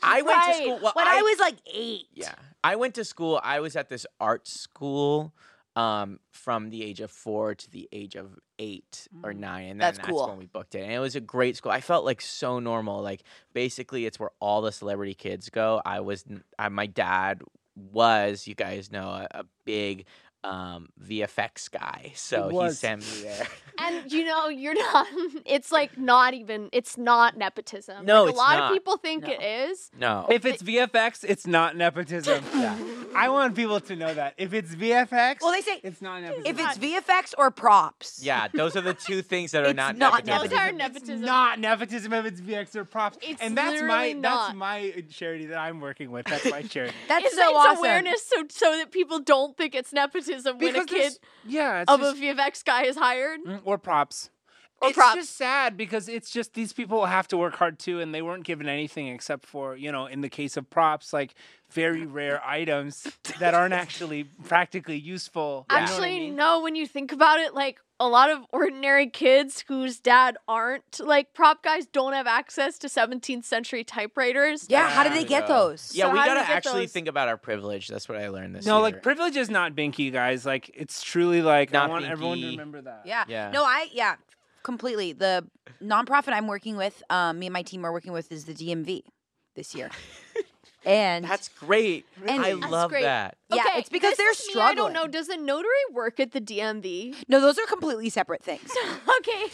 S1: I went to
S2: Right.
S1: school. Well,
S4: when I, was like eight.
S1: Yeah. I went to school. I was at this art school um, from the age of four to the age of eight or nine. And then
S4: That's
S1: that's,
S4: cool.
S1: when we booked it. And it was a great school. I felt like so normal. Like basically, it's where all the celebrity kids go. I was, n- I, my dad was, you guys know, a, a big um VFX guy. So he
S3: was.
S1: sent me there.
S2: And you know, you're not. It's like not even. It's not nepotism.
S1: No,
S2: like,
S1: it's
S2: a lot
S1: not.
S2: of people think it is.
S1: No.
S4: Oh,
S3: If it's VFX, it's not nepotism. I want people to know that. If it's VFX,
S4: Well, they say-
S3: it's not nepotism.
S4: If it's VFX or props.
S1: yeah, those are the two things that are
S4: It's
S1: not,
S4: not
S1: nepotism.
S2: Those are
S3: It's
S2: nepotism.
S3: not nepotism if it's VX or props.
S2: It's
S3: and that's my
S2: literally
S3: that's
S2: not.
S3: my charity that I'm working with. That's my charity.
S4: That's
S2: It's,
S4: so
S2: it's
S4: awesome.
S2: awareness so so that people don't think it's nepotism when a kid
S3: there's- yeah, it's
S2: of
S3: just,
S2: a VFX guy is hired.
S3: Mm, or props.
S2: Or
S3: it's
S2: props.
S3: just sad because it's just these people have to work hard too, and they weren't given anything except for you know, in the case of props, like very rare items that aren't actually practically useful. you know what I
S2: Actually,
S3: mean?
S2: no, when you think about it, like a lot of ordinary kids whose dad aren't like prop guys don't have access to 17th century typewriters.
S4: Yeah, how did they
S1: Yeah.
S4: get those?
S1: Yeah,
S2: So
S1: we
S2: how do
S1: gotta
S2: we get
S1: actually
S2: those?
S1: think about our privilege. That's what I learned this
S3: No,
S1: year.
S3: like privilege is not binky, guys. Like it's truly like
S1: Not
S3: I want everyone to
S1: binky.
S3: remember that.
S4: Yeah.
S1: Yeah.
S4: No, I yeah, completely. The nonprofit I'm working with, um, me and my team are working with, is the DMV this year, and
S1: That's great.
S4: And-
S1: I
S4: That's
S1: love
S2: great.
S1: that.
S4: yeah,
S2: Okay,
S4: it's because
S2: this
S4: they're
S2: is me, I don't
S4: struggling.
S2: know. Does the notary work at the DMV?
S4: No, those are completely separate things.
S2: okay.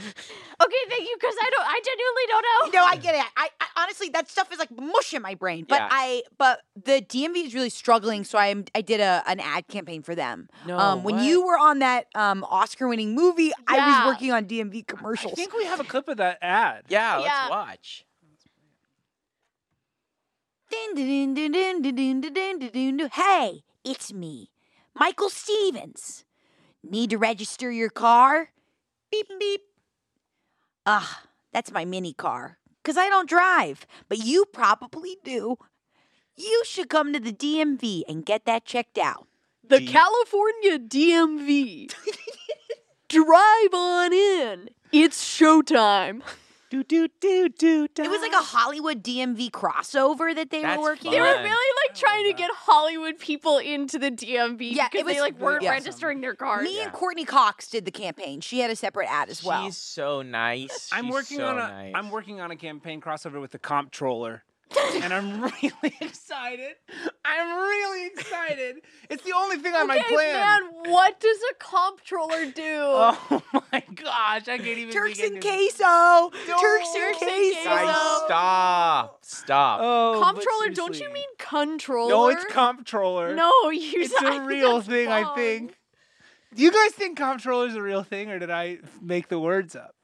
S2: okay, thank you, because I don't. I genuinely don't know.
S4: No, I get it. I, I honestly that stuff is like mush in my brain. But
S1: Yeah.
S4: I but the DMV is really struggling, so I I did a an ad campaign for them.
S1: No,
S4: um when
S1: Oh, what?
S4: you were on that um Oscar winning movie, I
S2: Yeah.
S4: was working on DMV
S3: I
S4: commercials.
S3: think we have a clip of that ad.
S1: Yeah,
S2: Yeah.
S1: let's watch.
S4: Dun, dun, dun, dun, dun, dun, dun, dun, dun, dun, dun. Hey, it's me, Michael Stevens. Need to register your car? Beep, beep. Ah, that's my mini car. Because I don't drive, but you probably do. You should come to the DMV and get that checked out.
S2: The
S1: D-
S2: California DMV. Drive on in. It's showtime.
S1: Do do do do.
S4: It was like a Hollywood DMV crossover that they
S1: That's
S4: were working
S1: fun.
S2: They were
S1: Fun.
S4: on.
S2: really like trying to get Hollywood people into the DMV
S4: Yeah, it
S2: because
S4: was
S2: they like weren't
S4: really awesome.
S2: registering their cards.
S4: Me and Courtney Cox did the campaign. She had a separate ad as well.
S1: She's so nice.
S3: I'm
S1: She's
S3: working
S1: so
S3: on a
S1: nice.
S3: am working on a campaign crossover with the comptroller. and I'm really excited. I'm really excited. It's the only thing on my
S2: okay,
S3: plan.
S2: man, what does a comptroller do?
S3: Oh my gosh, I can't even
S4: Turks
S3: begin
S4: and
S3: to-
S4: queso. Turks and
S2: Oh, Turks and
S4: queso.
S2: queso.
S1: Guys, stop. Stop.
S3: Oh, but
S2: comptroller? Don't you
S3: seriously.
S2: mean controller?
S3: No, it's comptroller.
S2: No, you.
S3: It's
S2: I
S3: a
S2: think
S3: real
S2: that's
S3: thing, I
S2: wrong.
S3: think. Do you guys think comptroller is a real thing or did I make the words up?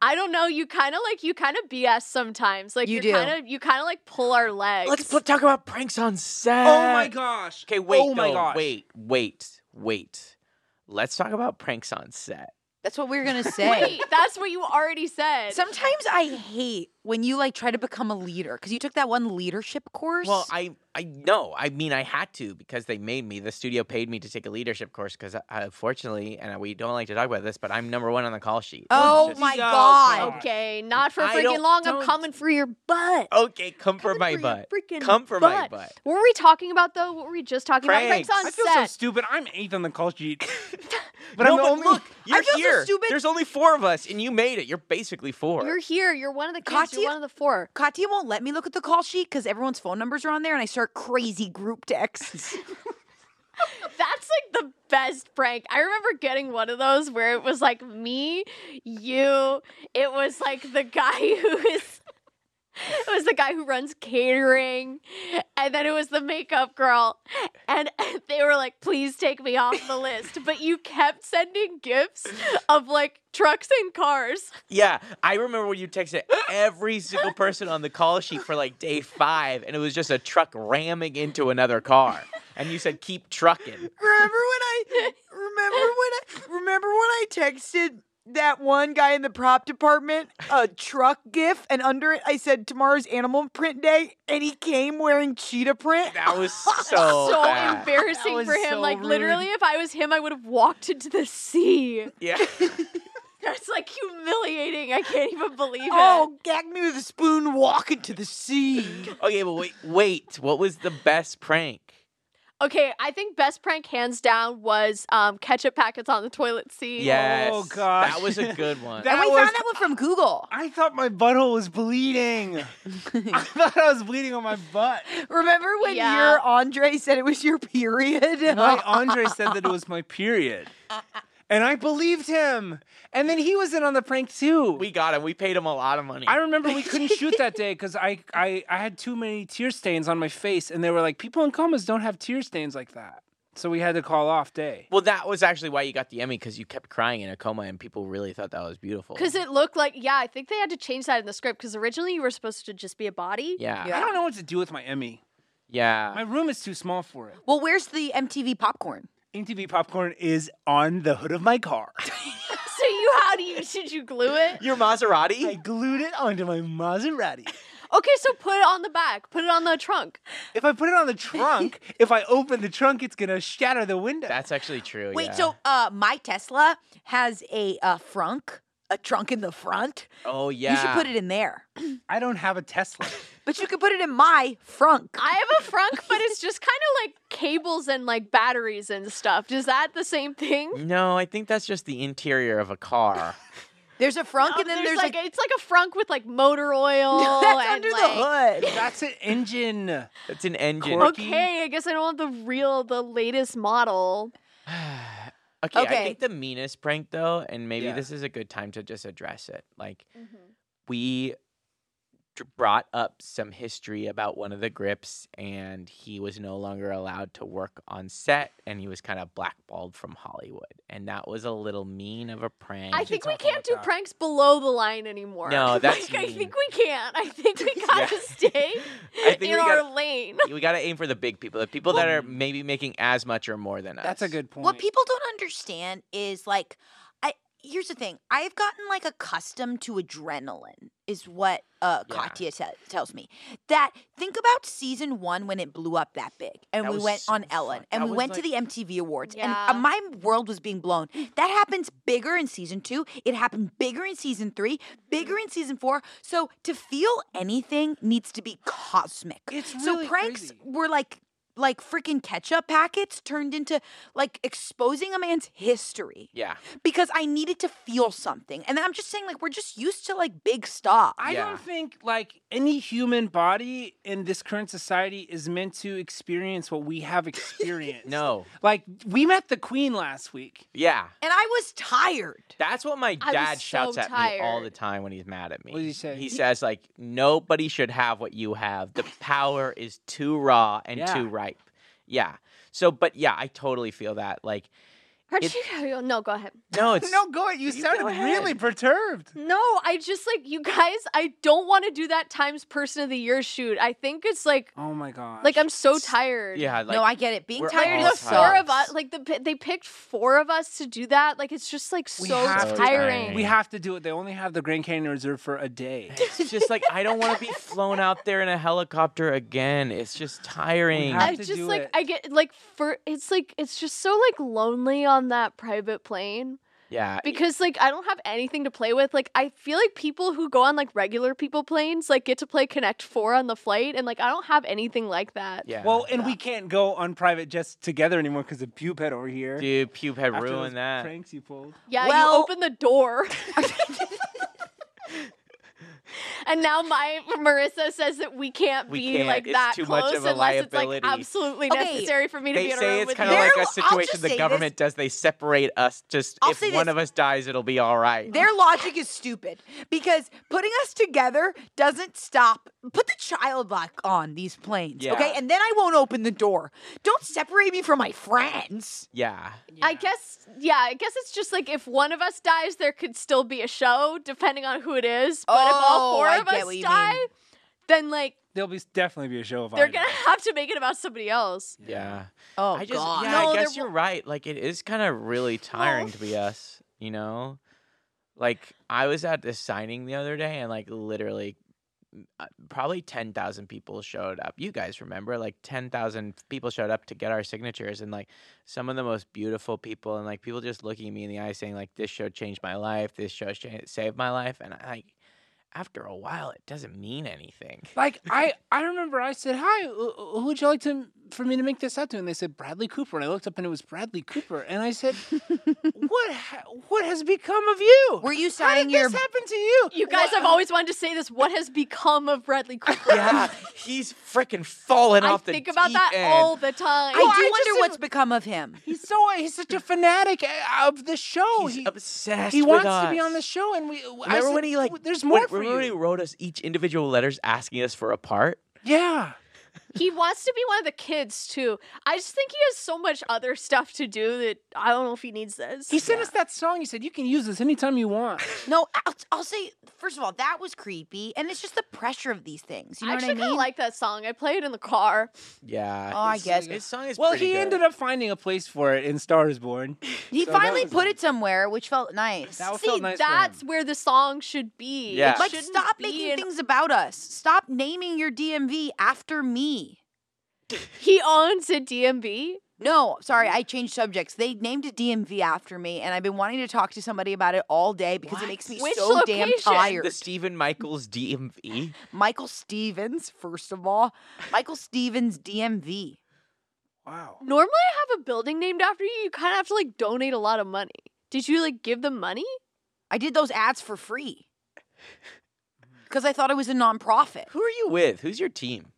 S2: I don't know. You kind of like you kind of BS sometimes. Like
S4: You
S2: you
S4: do.
S2: kind of you kind of like pull our legs.
S1: Let's pl- talk about pranks on set.
S3: oh my gosh.
S1: Okay, wait.
S3: Oh my
S1: no,
S3: gosh.
S1: Wait, wait, wait. Let's talk about pranks on set.
S4: That's what we were gonna say.
S2: Wait, that's what you already said.
S4: Sometimes I hate when you like try to become a leader because you took that one leadership course.
S1: Well, I I know. I mean, I had to because they made me. The studio paid me to take a leadership course because, unfortunately, and we don't like to talk about this, but I'm number one on the call sheet.
S4: oh
S1: It's just-
S4: my
S3: No,
S4: god.
S3: come
S2: okay, not for
S1: I
S2: freaking
S1: don't-
S2: long. I'm
S1: don't-
S2: coming for your butt.
S1: Okay, come for
S2: Coming
S1: my
S2: your
S1: butt.
S2: freaking
S1: Come for my butt.
S2: What were we talking about though? What were we just talking about?
S1: Pranks.
S2: Pranks on
S3: I feel so
S2: set.
S3: stupid. I'm eighth on the call sheet.
S1: But
S3: No,
S1: I'm the
S3: but
S1: only.
S3: look,
S1: you're
S4: I feel so
S1: here.
S4: stupid.
S1: There's only four of us, and you made it. You're basically 4
S2: You're here. You're one of the kids.
S4: Katya-
S2: You're one of the four.
S4: Katya won't let me look at the call sheet because everyone's phone numbers are on there, and I start crazy group texts.
S2: That's like the best prank. I remember getting one of those where it was like me, you. It was like the guy who is. It was the guy who runs catering, and then it was the makeup girl, and they were like, "Please take me off the list." But you kept sending gifts of like trucks and cars.
S1: Yeah, I remember when you texted every single person on the call sheet for like day five, and it was just a truck ramming into another car, and you said keep trucking.
S4: remember when I remember when I remember when I texted that one guy in the prop department a truck gif and under it I said tomorrow's animal print day and he came wearing cheetah print.
S1: That was so
S2: so
S1: bad.
S2: embarrassing
S3: was
S2: for him.
S3: so
S2: like
S3: rude.
S2: literally, if I was him, I would have walked into the sea.
S1: Yeah,
S2: That's like humiliating. I can't even believe it.
S4: Oh, gag me with a spoon, walk into the sea.
S1: Okay, but wait, wait. What was the best prank?
S2: Okay, I think best prank hands down was um, ketchup packets on the toilet seat.
S1: Yes.
S3: gosh.
S1: That was a good one.
S3: That-
S4: and we
S3: was-
S4: found that one from Google.
S3: I thought my butthole was bleeding. I thought I was bleeding on my butt.
S4: Remember when
S2: Yeah.
S4: your Andre said it was your period? oh.
S3: My Andre said that it was my period. And I believed him. And then he was in on the prank too.
S1: we got him. We paid him a lot of money.
S3: I remember we couldn't shoot that day because I, I, I had too many tear stains on my face. And they were like, people in comas don't have tear stains like that. So we had to call off day.
S1: well, that was actually why you got the Emmy because you kept crying in a coma, and people really thought that was beautiful.
S2: Because it looked like, yeah, I think they had to change that in the script because originally you were supposed to just be a body.
S1: yeah,
S4: Yeah.
S1: yeah,
S3: I don't know what to do with my Emmy. My room is too small for it.
S4: well, where's the MTV popcorn?
S3: MTV popcorn is on the hood of my car.
S2: So you, how do you, should you glue it?
S1: Your Maserati.
S3: I glued it onto my Maserati.
S2: Okay, so put it on the back, put it on the trunk.
S3: If I put it on the trunk, if I open the trunk, it's gonna shatter the window.
S1: That's actually true.
S4: Wait,
S1: Oh, yeah.
S4: so uh, my Tesla has a uh, frunk, a trunk in the front.
S1: oh yeah,
S4: You should put it in there.
S3: I don't have a Tesla.
S4: But you could put it in my frunk.
S2: I have a frunk, but it's just kind of like cables and like batteries and stuff. Is that the same thing?
S1: No, I think that's just the interior of a car.
S4: There's a frunk, and then
S2: Um, there's,
S4: there's,
S2: like,
S4: a,
S2: it's like a frunk with like motor oil.
S4: that's
S2: and,
S4: under
S2: like-
S4: the hood.
S3: That's an engine.
S1: That's an engine.
S3: Corky.
S2: Okay, I guess I don't want the real, the latest model.
S1: Okay,
S4: Okay.
S1: I think the meanest prank though, and maybe
S3: Yeah.
S1: this is a good time to just address it. Like
S2: Mm-hmm.
S1: we dr- brought up some history about one of the grips and he was no longer allowed to work on set and he was kind of blackballed from Hollywood. And that was a little mean of a prank.
S2: I think we
S3: talk about
S2: can't do
S3: that.
S2: pranks below the line anymore.
S1: No, that's
S2: like, I
S1: mean.
S2: think we can't. I think we gotta stay
S1: I think
S2: in
S1: we
S2: our
S1: gotta-
S2: lane.
S1: we got to aim for the big people, the people that are maybe making as much or more than us.
S3: That's a good point.
S4: What people don't understand is like, I here's the thing. I've gotten like accustomed to adrenaline, is what uh,
S1: Yeah.
S4: Katya te- tells me. That think about season one when it blew up that big, and
S1: That
S4: we
S1: was
S4: went
S1: so
S4: on Ellen,
S1: fun.
S4: and
S1: That
S4: we
S1: was,
S4: went to
S1: like-
S4: the MTV Awards,
S2: Yeah.
S4: and uh, my world was being blown. That happens bigger in season two. It happened bigger in season three, bigger
S1: Mm-hmm.
S4: in season four. So to feel anything needs to be cosmic.
S3: It's
S4: so
S3: really
S4: pranks
S3: crazy.
S4: were like like freaking ketchup packets turned into like exposing a man's history
S1: Yeah.
S4: because I needed to feel something. And I'm just saying like we're just used to like big stuff.
S3: I
S1: Yeah.
S3: don't think like any human body in this current society is meant to experience what we have experienced.
S1: No.
S3: Like we met the queen last week.
S1: Yeah.
S4: and I was tired.
S1: That's what my
S2: I was
S1: dad shouts
S2: so
S1: at me all the
S2: tired.
S1: time when he's mad at me.
S3: What does he say?
S1: He says like nobody should have what you have. The power is too raw and
S3: Yeah.
S1: too ripe. Yeah. So but yeah, I totally feel that like
S2: Hachiko. No, go ahead.
S1: No, it's
S3: No, go ahead. You, sounded
S1: go ahead.
S3: really perturbed.
S2: No, I just like you guys. I don't want to do that Times Person of the Year shoot. I think it's like,
S3: Oh my god.
S2: like I'm so tired.
S1: yeah. Like,
S4: no, I get it. Being
S1: we're
S4: tired
S1: all
S2: The
S4: is
S1: tired.
S2: four of
S1: sucks.
S2: us, like the pi- they picked four of us to do that. Like it's just like
S3: We
S2: so
S3: have to-
S2: tiring.
S3: we have to do it. They only have the Grand Canyon Reserve for a day.
S1: it's just like I don't want to be flown out there in a helicopter again. It's just tiring.
S3: have
S2: I
S3: to
S2: just
S3: do
S2: like
S3: it.
S2: I get like for it's like it's just so like lonely on that private plane
S1: yeah.
S2: because like I don't have anything to play with. Like I feel like people who go on like regular people planes like get to play Connect 4 on the flight and like I don't have anything like that.
S1: Yeah.
S3: Well, and we can't go on private jets together anymore because of pube head over here.
S1: dude, Pube had
S3: After those
S1: ruined that.
S3: Pranks you pulled.
S2: Yeah,
S4: Well-
S2: you open the door. and now my Marissa says that we can't
S1: We
S2: be
S1: can't.
S2: like
S1: It's
S2: that
S1: too much
S2: close
S1: of a
S2: unless it's
S1: liability.
S2: like absolutely
S4: Okay.
S2: necessary for me to
S1: They
S2: be in a
S1: say
S2: room
S1: it's
S2: with
S1: kind
S2: you.
S1: of like
S4: There-
S1: a
S4: I'll
S1: situation
S4: just
S1: the
S4: say
S1: government does. They separate us. Just
S4: I'll
S1: if
S4: say
S1: one
S4: this.
S1: of us dies, it'll be all right.
S4: Their logic is stupid because putting us together doesn't stop. Put the child lock on these planes,
S1: Yeah.
S4: okay? And then I won't open the door. Don't separate me from my friends.
S1: yeah.
S2: I guess, yeah, I guess it's just like if one of us dies, there could still be a show, depending on who it is. But if all
S4: Oh,
S2: four
S4: I
S2: of
S4: get
S2: us
S4: what you
S2: die,
S4: mean.
S2: then like
S3: There'll be definitely be a show of
S2: they're gonna have to make it about somebody else.
S1: Yeah.
S4: Oh
S1: I just
S4: God!
S1: yeah,
S2: No,
S1: I
S2: there
S1: guess you're right. Like it is kind of really tiring to be us, you know? Like I was at this signing the other day and like literally uh, probably 10,000 people showed up. You guys remember like 10,000 people showed up to get our signatures and like some of the most beautiful people and like people just looking me in the eye saying like this show changed my life, this show cha- saved my life and I like after a while it doesn't mean anything.
S3: Like I, I remember I said, "Hi, who would you like to for me to make this out to?" And they said Bradley Cooper, and I looked up and it was Bradley Cooper, and I said, "What? Ha- what has become of you?
S4: Were you
S3: How did
S4: signing your?
S3: this happen to you?
S2: You guys have always wanted to say this. What has become of Bradley Cooper?
S1: yeah, he's freaking falling
S2: I
S1: off the
S2: think about
S1: deep
S2: that
S1: end.
S2: all the time.
S4: I do
S3: I
S4: wonder
S3: just-
S4: what's become of him.
S3: He's so he's such a fanatic uh, of the show.
S1: He's
S3: he
S1: obsessed.
S3: he
S1: with
S3: wants to be
S1: us.
S3: on the show, and we I
S1: Remember
S3: said,
S1: when he like?
S3: There's
S1: when-
S3: more for
S1: remember
S3: you.
S1: when he wrote us each individual letters asking us for a part?
S3: yeah,
S2: He wants to be one of the kids too. I just think he has so much other stuff to do that I don't know if he needs this.
S3: he sent us that song. He said, "You can use this anytime you want."
S4: No, I'll, I'll say first of all that was creepy, and it's just the pressure of these things. You know
S2: I
S4: what
S2: actually
S4: I
S2: kind
S4: mean?
S2: of like that song. I play it in the car.
S1: Yeah.
S4: Oh, I
S1: his-
S4: guess.
S1: his song is.
S3: well,
S1: pretty
S3: he
S1: good.
S3: ended up finding a place for it in Star Is Born.
S4: he
S3: So that
S4: finally
S3: was-
S4: put it somewhere, which felt nice.
S3: That was- felt
S2: See,
S3: nice for him.
S2: that's where the song should be.
S1: Yeah.
S2: It
S4: like,
S2: shouldn't
S4: stop
S2: be
S4: making
S2: in-
S4: things about us. Stop naming your DMV after me.
S2: He owns a DMV.
S4: No, sorry, I changed subjects. They named a DMV after me, and I've been wanting to talk to somebody about it all day because it makes me
S2: Which
S4: so damn
S2: location?
S4: tired.
S1: the Stephen Michaels DMV.
S4: Michael Stevens, first of all, Michael Stevens DMV.
S3: Wow.
S2: Normally, I have a building named after you. You kind of have to like donate a lot of money. Did you like give them money?
S4: I did those ads for free because I thought it was a nonprofit.
S1: Who are you with? Who's your team?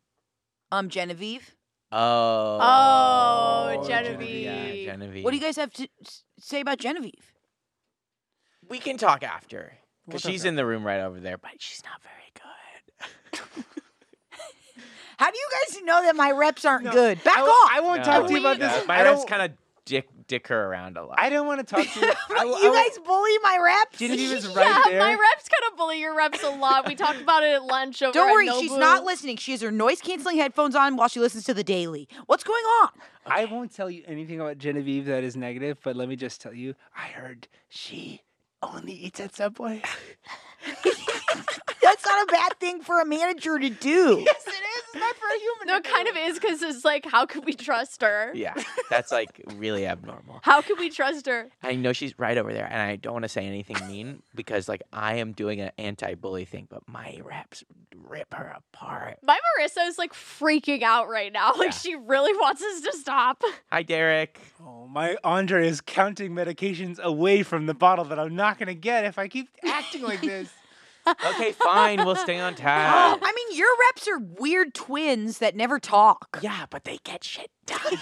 S4: Um, Genevieve,
S1: Oh.
S2: Oh,
S1: Yeah,
S2: Genevieve.
S1: Genevieve.
S4: what do you guys have to s- say about Genevieve?
S1: We can talk after
S3: We'll
S1: because
S3: talk
S1: she's in the room right over there, but she's not very good.
S4: How do you guys know that my reps aren't good? Back
S3: I, won't-
S4: off!
S3: I won't
S1: No,
S3: talk to you
S2: we-
S3: about this.
S1: No, my
S3: I
S1: friends
S3: don't.
S1: kind of dick dick her around a lot.
S3: I don't want to talk to you. I, will- I
S4: you
S3: will-
S4: guys bully my reps.
S3: Genevieve is
S2: yeah,
S3: right there.
S2: my reps kind of bully your reps a lot. We talked about it at lunch over
S4: Don't
S2: at
S4: worry, she's
S2: Nobu.
S4: not listening. She has her noise canceling headphones on while she listens to the daily. What's going on?
S3: I won't tell you anything about Genevieve that is negative, but let me just tell you, I heard she only eats at Subway.
S4: That's not a bad thing for a manager to do.
S3: yes, it is. It's not for a human.
S2: No, it kind of is because it's like, how could we trust her?
S1: yeah, that's like really abnormal.
S2: How could we trust her?
S1: I know she's right over there, and I don't want to say anything mean because, like, I am doing an anti-bully thing, but my reps rip her apart.
S2: My Marissa is like freaking out right now. Like
S1: Yeah.
S2: she really wants us to stop.
S1: Hi, Derek.
S3: Oh, my Andre is counting medications away from the bottle that I'm not gonna get if I keep acting like this.
S1: Okay, fine, we'll stay on
S4: I
S1: task.
S4: mean, your reps are weird twins that never talk.
S1: yeah, but they get shit done.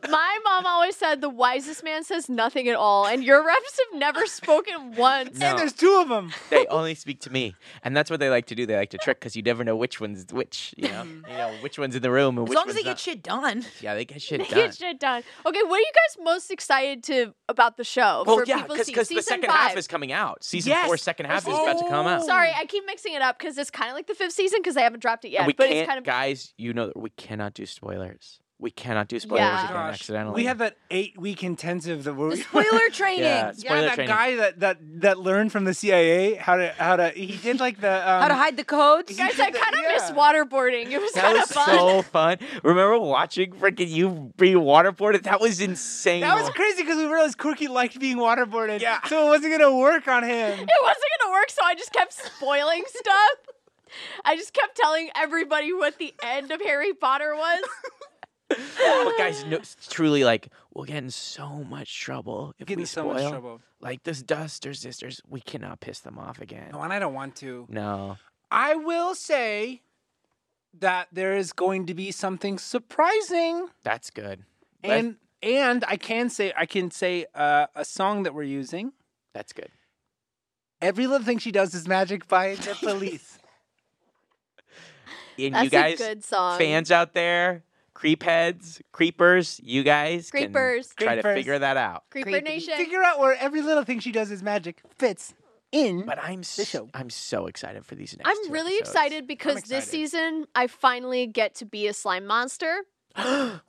S2: But My mom always said the wisest man says nothing at all, and your reps have never spoken once.
S1: No.
S3: And there's two of them.
S1: they only speak to me, and that's what they like to do. They like to trick because you never know which one's which. You know, you know which one's in the room. And
S4: As
S1: which
S4: long as they
S1: one's
S4: get
S1: not.
S4: shit done.
S1: yeah, they get shit done.
S2: Get shit done. Okay, what are you guys most excited to about the show?
S1: Well,
S2: for
S1: yeah,
S2: people to
S1: because
S2: see?
S1: the
S2: Season
S1: second
S2: five.
S1: half is coming out. Season four,
S4: Yes.
S1: second half is about to come out.
S2: Sorry, I keep mixing it up because it's kind of like the fifth season because they haven't dropped it
S1: And
S2: yet.
S1: we
S2: but
S1: can't,
S2: it's kind of
S1: guys. You know that we cannot do spoilers. We cannot do spoilers
S2: Yeah.
S1: again
S3: Gosh,
S1: accidentally.
S3: we had that eight week intensive that we
S4: The spoiler training.
S1: yeah, spoiler
S3: yeah, that
S1: training.
S3: guy that, that that learned from the CIA how to how to he did like the um,
S4: How to hide the codes.
S2: guys, I kind of
S3: Yeah.
S2: miss waterboarding. It was
S1: That
S2: kind of
S1: was
S2: fun.
S1: so fun. Remember watching freaking you be waterboarded? That was insane.
S3: That was crazy because we realized Corky liked being waterboarded, yeah. so it wasn't gonna work on him.
S2: it wasn't gonna work, so I just kept spoiling stuff. I just kept telling everybody what the end of Harry Potter was.
S1: but guys, no, truly, like we'll get in so much trouble if
S3: Get
S1: we
S3: in so
S1: spoil.
S3: much trouble.
S1: Like this Duster sisters, we cannot piss them off again.
S3: No, and I don't want to.
S1: No.
S3: I will say that there is going to be something surprising,
S1: That's good. Let-
S3: and and I can say I can say uh, a song that we're using.
S1: That's good.
S3: Every little thing she does is magic by the police.
S1: And
S2: That's
S1: you guys,
S2: a good song.
S1: fans out there, creep heads, creepers, you guys can
S2: Creepers.
S1: try to
S3: Creepers.
S1: figure that out.
S2: Creeper
S4: Creepy.
S2: Nation.
S3: Figure out where every little thing she does is magic fits in.
S1: But I'm s-
S3: show.
S1: I'm so excited for these next.
S2: I'm
S1: two
S2: really
S1: episodes.
S2: excited because this
S3: excited.
S2: season I finally get to be a slime monster. oh,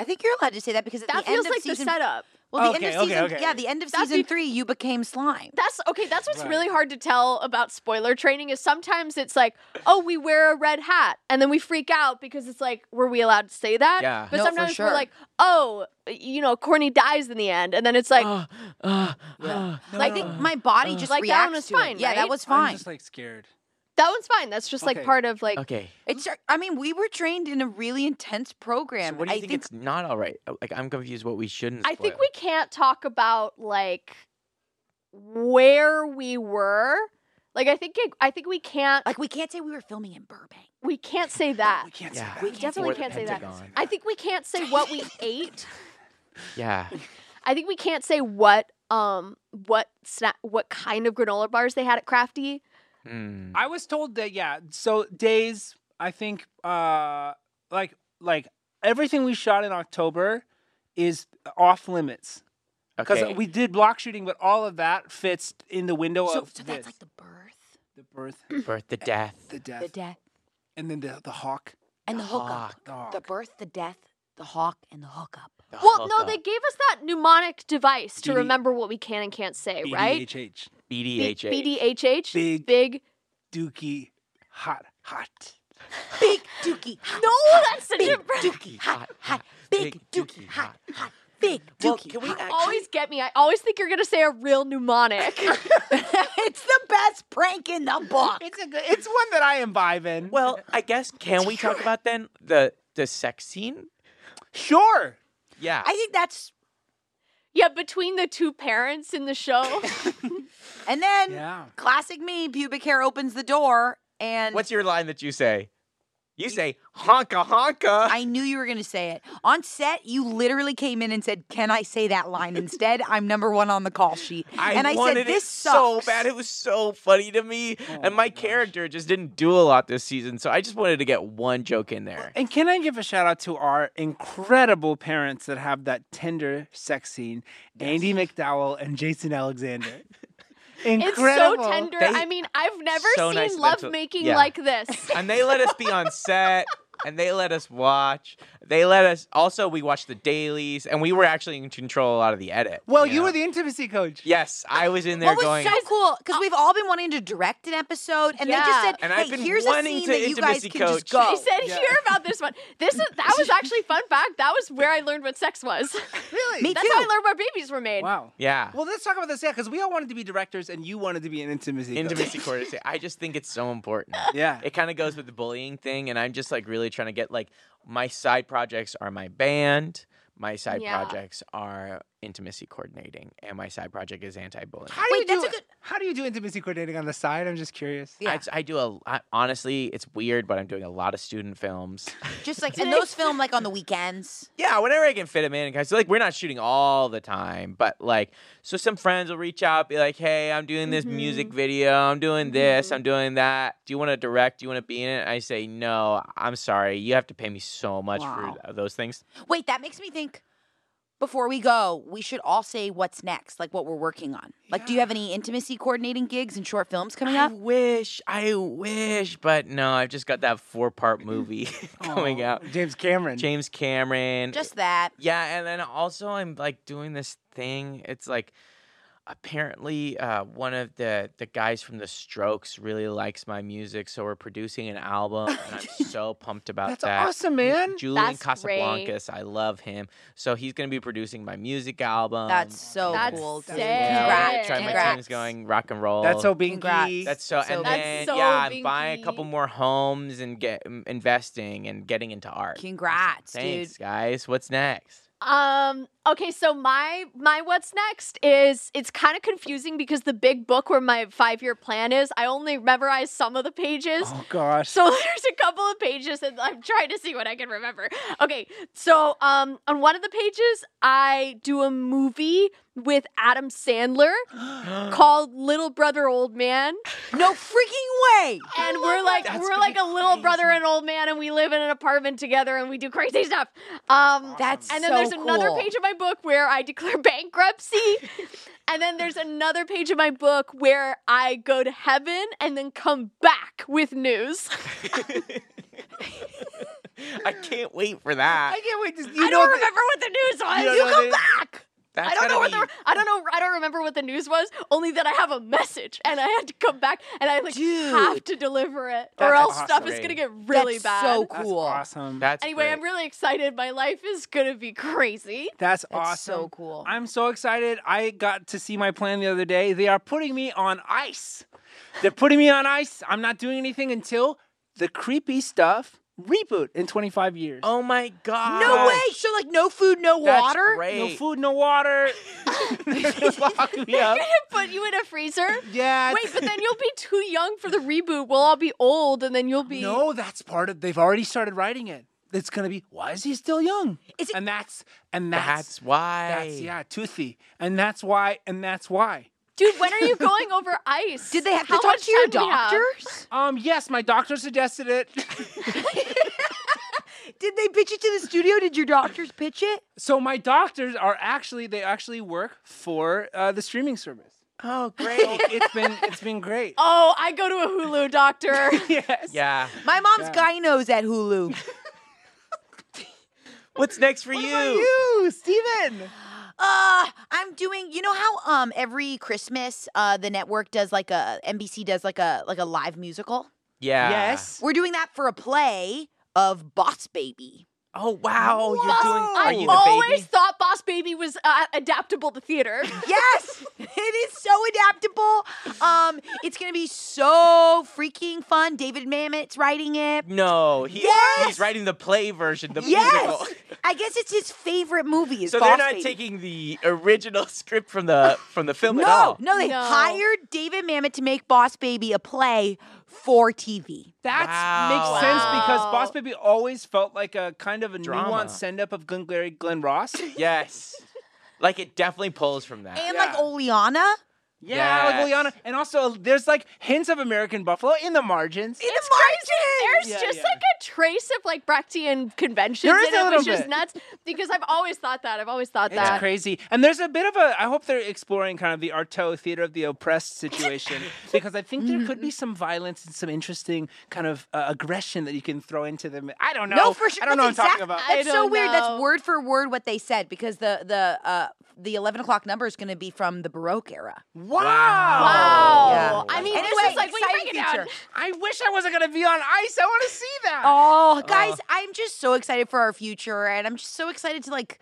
S4: I think you're allowed to say that because at
S2: that
S4: the end
S2: feels
S4: of
S2: like
S4: season,
S2: the setup.
S4: well, the end
S3: Okay,
S4: of
S3: okay,
S4: season,
S3: okay.
S4: yeah, the end of
S2: That'd
S4: season
S2: be-
S4: three, you became slime.
S2: That's okay. That's what's
S3: Right.
S2: really hard to tell about spoiler training is sometimes it's like, oh, we wear a red hat, and then we freak out because it's like, were we allowed to say that?
S1: Yeah.
S2: But
S4: No, for
S2: sometimes
S4: sure.
S2: we're like, oh, you know, Corny dies in the end, and then it's like,
S1: Ah, ah, ah.
S4: I think my body just
S2: Like, that
S4: reacts
S2: one was
S4: to it.
S2: fine,
S4: Yeah, that
S2: right?
S4: was
S3: I'm
S4: fine.
S3: just like scared.
S2: that one's fine. That's just like
S3: Okay.
S2: part of like.
S1: okay.
S4: It's. I mean, we were trained in a really intense program.
S1: So what do you
S4: I
S1: think, it's not all right? Oh, Like I'm confused. What we shouldn't.
S2: I think
S1: spoil.
S2: we can't talk about like where we were. Like I think it, I think we can't
S4: like we can't say we were filming in Burbank.
S2: we can't say that.
S3: We can't
S1: Yeah.
S3: say
S1: We
S3: that.
S2: We definitely
S1: Before
S2: can't
S1: the
S2: say that.
S1: Pentagon.
S2: I think we can't say what we ate.
S1: Yeah.
S2: I think we can't say what um what sna- what kind of granola bars they had at Crafty.
S1: Hmm.
S3: I was told that yeah. So days, I think, uh, like like everything we shot in October is off limits because
S1: Okay.
S3: Uh, we did block shooting, but all of that fits in the window
S4: So,
S3: of
S4: so
S3: this.
S4: that's like the birth,
S3: the birth,
S1: birth to death.
S3: the death,
S4: the death,
S3: and then the the hawk.
S4: and the hookup.
S1: Hawk.
S3: The hawk.
S4: The birth, the death, the hawk, and the hookup.
S1: the
S2: Well, no,
S1: hookup.
S2: they gave us that mnemonic device to
S3: BD
S2: remember what we can and can't say, right?
S3: BDHH.
S2: B-
S1: BDHA.
S2: BDHH.
S3: Big-
S2: Big.
S3: Dookie hot hot.
S4: Big dookie, hot,
S2: No, that's a different.
S1: Dookie,
S4: hot, hot. Big dookie, hot, hot. Big
S1: Well,
S4: dookie.
S1: can we
S4: hot.
S1: actually-
S2: Always get me. I always think you're gonna say a real mnemonic.
S4: it's the best prank in the book.
S3: It's a good. It's one that I imbibe in.
S1: Well, I guess can we talk about then the the sex scene?
S3: sure.
S1: Yeah.
S4: I think that's.
S2: yeah, between the two parents in the show.
S4: And then,
S3: Yeah.
S4: classic me, pubic hair opens the door, and
S1: What's your line that you say? You say honka honka.
S4: I knew you were going to say it. On set, you literally came in and said, Can I say that line instead? I'm number one on the call sheet. and I
S1: wanted
S4: said, This
S1: it
S4: sucks.
S1: so bad. It was so funny to me, and Oh my character just didn't do a lot this season. So I just wanted to get one joke in there.
S3: And can I give a shout out to our incredible parents that have that tender sex scene, Andy McDowell and Jason Alexander.
S2: It's
S3: incredible.
S2: so tender.
S1: They-
S2: I mean, I've never
S1: so
S2: seen
S1: nice that that's what-
S2: lovemaking
S1: yeah.
S2: like this.
S1: and they let us be on set and they let us watch they let us also we watched the dailies and we were actually in control a lot of the edit
S3: Well, you
S1: know?
S3: were the intimacy coach.
S1: yes i was in there
S4: What was
S1: going
S4: so cool because we've all been wanting to direct an episode, and they just
S2: Uh Yeah.
S4: said,
S1: And
S4: "Hey,
S1: I've been
S4: here's a
S1: wanting
S4: scene
S1: to
S4: that you guys
S1: intimacy
S4: can just
S1: coach.
S4: go."
S2: They said hear about this one. This is that was actually fun fact. That was where I learned what sex was.
S3: Really?
S4: Me
S2: That's
S4: too.
S2: how I learned where babies were made.
S3: Wow.
S1: yeah
S3: Well, let's talk about this, yeah, because we all wanted to be directors, and you wanted to be an intimacy. coach.
S1: intimacy courtesy i just think it's so important
S3: Yeah.
S1: it kind of goes with the bullying thing and i'm just like really trying to get like my side projects are my band my side
S2: Yeah.
S1: projects are intimacy coordinating, and my side project is anti-bullying.
S3: How do
S4: Wait,
S3: you
S4: that's
S3: do
S4: a good-
S3: How do you do intimacy coordinating on the side? I'm just curious.
S1: I,
S4: Yeah.
S1: just- I do a I, honestly, it's weird, but I'm doing a lot of student films.
S4: Just like and those film like on the weekends.
S1: yeah, whenever I can fit them in, guys. Like we're not shooting all the time, but like so some friends will reach out, be like, "Hey, I'm doing this
S4: Mm-hmm.
S1: music video. I'm doing this. I'm doing that. Do you want to direct? Do you want to be in it?" I say, "No, I'm sorry. You have to pay me so much
S4: Wow.
S1: for th- those things."
S4: Wait, that makes me think. Before we go, we should all say what's next, like what we're working on. Like, do you have any intimacy coordinating gigs and short films coming
S1: I
S4: up?
S1: wish, I wish, but no, I've just got that four-part
S4: Mm-hmm.
S1: movie coming out.
S3: James Cameron.
S1: Oh James Cameron.
S4: Just that.
S1: Yeah, and then also I'm like doing this thing. It's like apparently uh, one of the the guys from the Strokes really likes my music, so we're producing an album, and I'm so pumped about
S3: That's
S1: that.
S3: awesome, man.
S1: Julian
S2: That's great.
S1: Casablancas, I love him. So he's gonna be producing my music album.
S4: That's so
S2: That's
S4: Oh, cool. dude.
S2: sick.
S1: Yeah,
S4: Congrats.
S1: try my
S4: Congrats.
S1: things going rock and roll.
S3: That's so
S4: Congrats.
S3: binky.
S1: That's so,
S4: So
S1: and
S4: That's
S1: then
S2: so
S1: yeah, and buying a
S2: binky.
S1: couple more homes and get m- investing and getting into art. Awesome.
S4: Congrats, dude.
S1: Thanks, guys. What's next?
S2: Um. Okay. So my my what's next is it's kind of confusing because the big book where my five year plan is, I only memorized some of the pages.
S3: Oh gosh.
S2: So there's a couple of pages, and I'm trying to see what I can remember. Okay, so um, on one of the pages, I do a movie with Adam Sandler called Little Brother Old Man,
S4: No freaking way.
S2: and we're like we're like a little brother and old man, and we live in an apartment together, and we do crazy stuff. Um,
S4: That's
S2: and then
S4: so
S2: there's another
S4: cool.
S2: page of my book where I declare bankruptcy. and then there's another page of my book where I go to heaven and then come back with news.
S1: I can't wait for that.
S3: I can't wait to
S2: I
S3: you know
S2: don't
S3: the-
S2: remember what the news was.
S3: You don't
S2: You,
S3: know
S2: come
S3: the-
S2: back.
S1: That's
S2: I don't know
S1: gotta
S2: what the,
S1: be-
S2: I don't know I don't remember what the news was. Only that I have a message and I had to come back and I like have to deliver it or
S3: That's
S2: else stuff
S1: awesome.
S2: is gonna get really
S4: That's
S2: bad.
S4: so
S3: That's
S4: cool.
S3: awesome.
S1: That's
S2: anyway,
S1: great.
S2: I'm really excited. My life is gonna be crazy.
S3: That's,
S4: That's
S3: awesome.
S4: so cool.
S3: I'm so excited. I got to see my plan the other day. They are putting me on ice. They're putting me on ice. I'm not doing anything until the creepy stuff reboot in 25 years.
S1: Oh my god!
S4: No way. So like no food, no
S1: That's
S4: water.
S1: Great.
S3: No food, no wawater. They're gonna lock me up.
S2: They're gonna put you in a freezer.
S3: Yeah.
S2: Wait, but then you'll be too young for the reboot. We'll all be old and then you'll be
S3: No, that's part of. They've already started writing it. It's gonna be. Why is he still young?
S4: Is it-
S3: and that's and
S1: That's
S3: that's
S1: why.
S3: that's yeah, toothy. And that's why. And that's why.
S2: Dude, when are you going over ice?
S4: Did they have
S2: How
S4: to talk
S2: much
S4: to your
S2: time do we have?
S4: doctors?
S3: Um. Yes, my doctor suggested it.
S4: Did they pitch it to the studio? Did your doctors pitch it?
S3: so my doctors are actually they actually work for uh, the streaming service.
S1: Oh great.
S3: So it's been it's been great.
S2: Oh, I go to a Hulu doctor.
S3: Yes.
S1: yeah.
S4: My mom's
S3: Yeah.
S4: gyno's at Hulu.
S1: What's next for you?
S3: What about you, Steven?
S4: Uh, I'm doing. You know how um every Christmas uh the network does like a NBC does like a like a live musical.
S1: Yeah.
S3: Yes.
S4: We're doing that for a play of Boss Baby.
S1: Oh wow! You're doing.
S2: Boss-
S1: Are
S2: I
S1: you the
S2: always
S1: baby?
S2: thought Boss Baby was uh, adaptable to theater.
S4: Yes, it is so adaptable. Um, it's gonna be so freaking fun. David Mamet's writing it.
S1: No, he,
S4: Yes!
S1: he's writing the play version, the
S4: Yes,
S1: musical.
S4: I guess it's his favorite movie. Is
S1: So they're
S4: Boss
S1: not
S4: Baby.
S1: taking the original script from the from the film at
S4: No,
S1: all.
S4: no, they
S2: No.
S4: hired David Mamet to make Boss Baby a play for TV.
S3: That
S1: Wow.
S3: makes sense because
S2: Wow.
S3: Boss Baby always felt like a kind of a
S1: Drama.
S3: nuanced send up of Glengarry Glen Ross.
S1: Yes. Like it definitely pulls from that.
S4: And like
S3: Yeah.
S4: Oleana.
S3: Yeah,
S1: Yes.
S3: like Oleana. And also, there's like hints of American Buffalo in the margins.
S4: In
S2: It's
S4: the
S2: crazy. There's
S3: Yeah,
S2: just
S3: yeah.
S2: like a trace of like Brechtian conventions
S3: There is
S2: in
S3: a
S2: it,
S3: little
S2: which is
S3: bit.
S2: nuts because I've always thought that. I've always thought
S3: It's
S2: that.
S3: crazy. And there's a bit of a, I hope they're exploring kind of the Arto theater of the oppressed situation because I think there could be some violence and some interesting kind of uh, aggression that you can throw into them. I don't know.
S4: No, for sure.
S3: I don't know
S4: That's
S3: what I'm
S4: exact-
S3: talking about.
S2: I
S4: That's so
S2: don't
S4: weird. That's
S2: know.
S4: word for word what they said because the the uh, the eleven o'clock number is going to be from the Baroque era.
S3: Wow.
S2: Wow.
S4: Yeah.
S2: I mean,
S4: Anyway,
S2: this is like, well, you
S4: exciting
S2: break it down.
S4: feature.
S3: I wish I wasn't going to be on ice. I want to see that.
S4: Oh, guys, I'm just so excited for our future, and I'm just so excited to like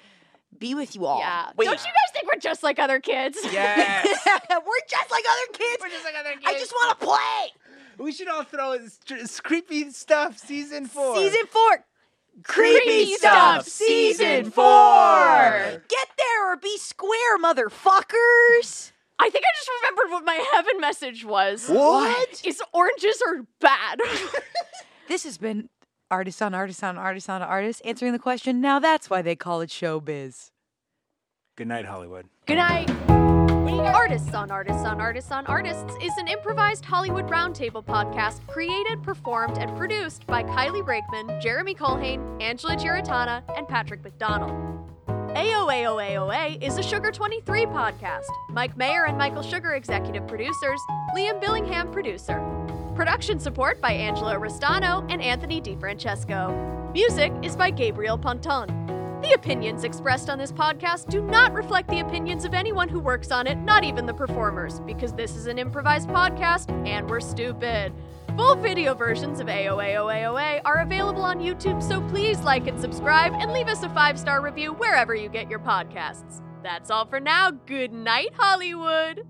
S4: be with you all.
S2: Yeah.
S1: Wait.
S2: Don't you guys think we're just like other kids?
S3: Yes.
S4: we're just like other kids.
S3: We're just like other
S4: I
S3: kids.
S4: just want to play.
S3: We should all throw it. It's creepy stuff, season four.
S4: Season four. Creepy,
S2: Creepy Stuff, Season
S4: Four. Get there or be squished. swear, motherfuckers.
S2: I think I just remembered what my heaven message was.
S4: What?
S2: Is oranges are bad.
S4: This has been artist on artist on artist on artist answering the question. Now that's why they call it showbiz.
S3: Good night, Hollywood.
S2: Good night. Artists on Artists on Artists on Artists is an improvised Hollywood roundtable podcast created, performed, and produced by Kylie Brakeman, Jeremy Colhane, Angela Giratana, and Patrick McDonald. AOAOAOA is a Sugar 23 podcast. Mike Mayer and Michael Sugar executive producers, Liam Billingham producer. Production support by Angela Restano and Anthony DiFrancesco. Music is by Gabriel Ponton. The opinions expressed on this podcast do not reflect the opinions of anyone who works on it, not even the performers, because this is an improvised podcast and we're stupid. Full video versions of AOAOAOA are available on YouTube, so please like and subscribe and leave us a five star review wherever you get your podcasts. That's all for now. Good night, Hollywood!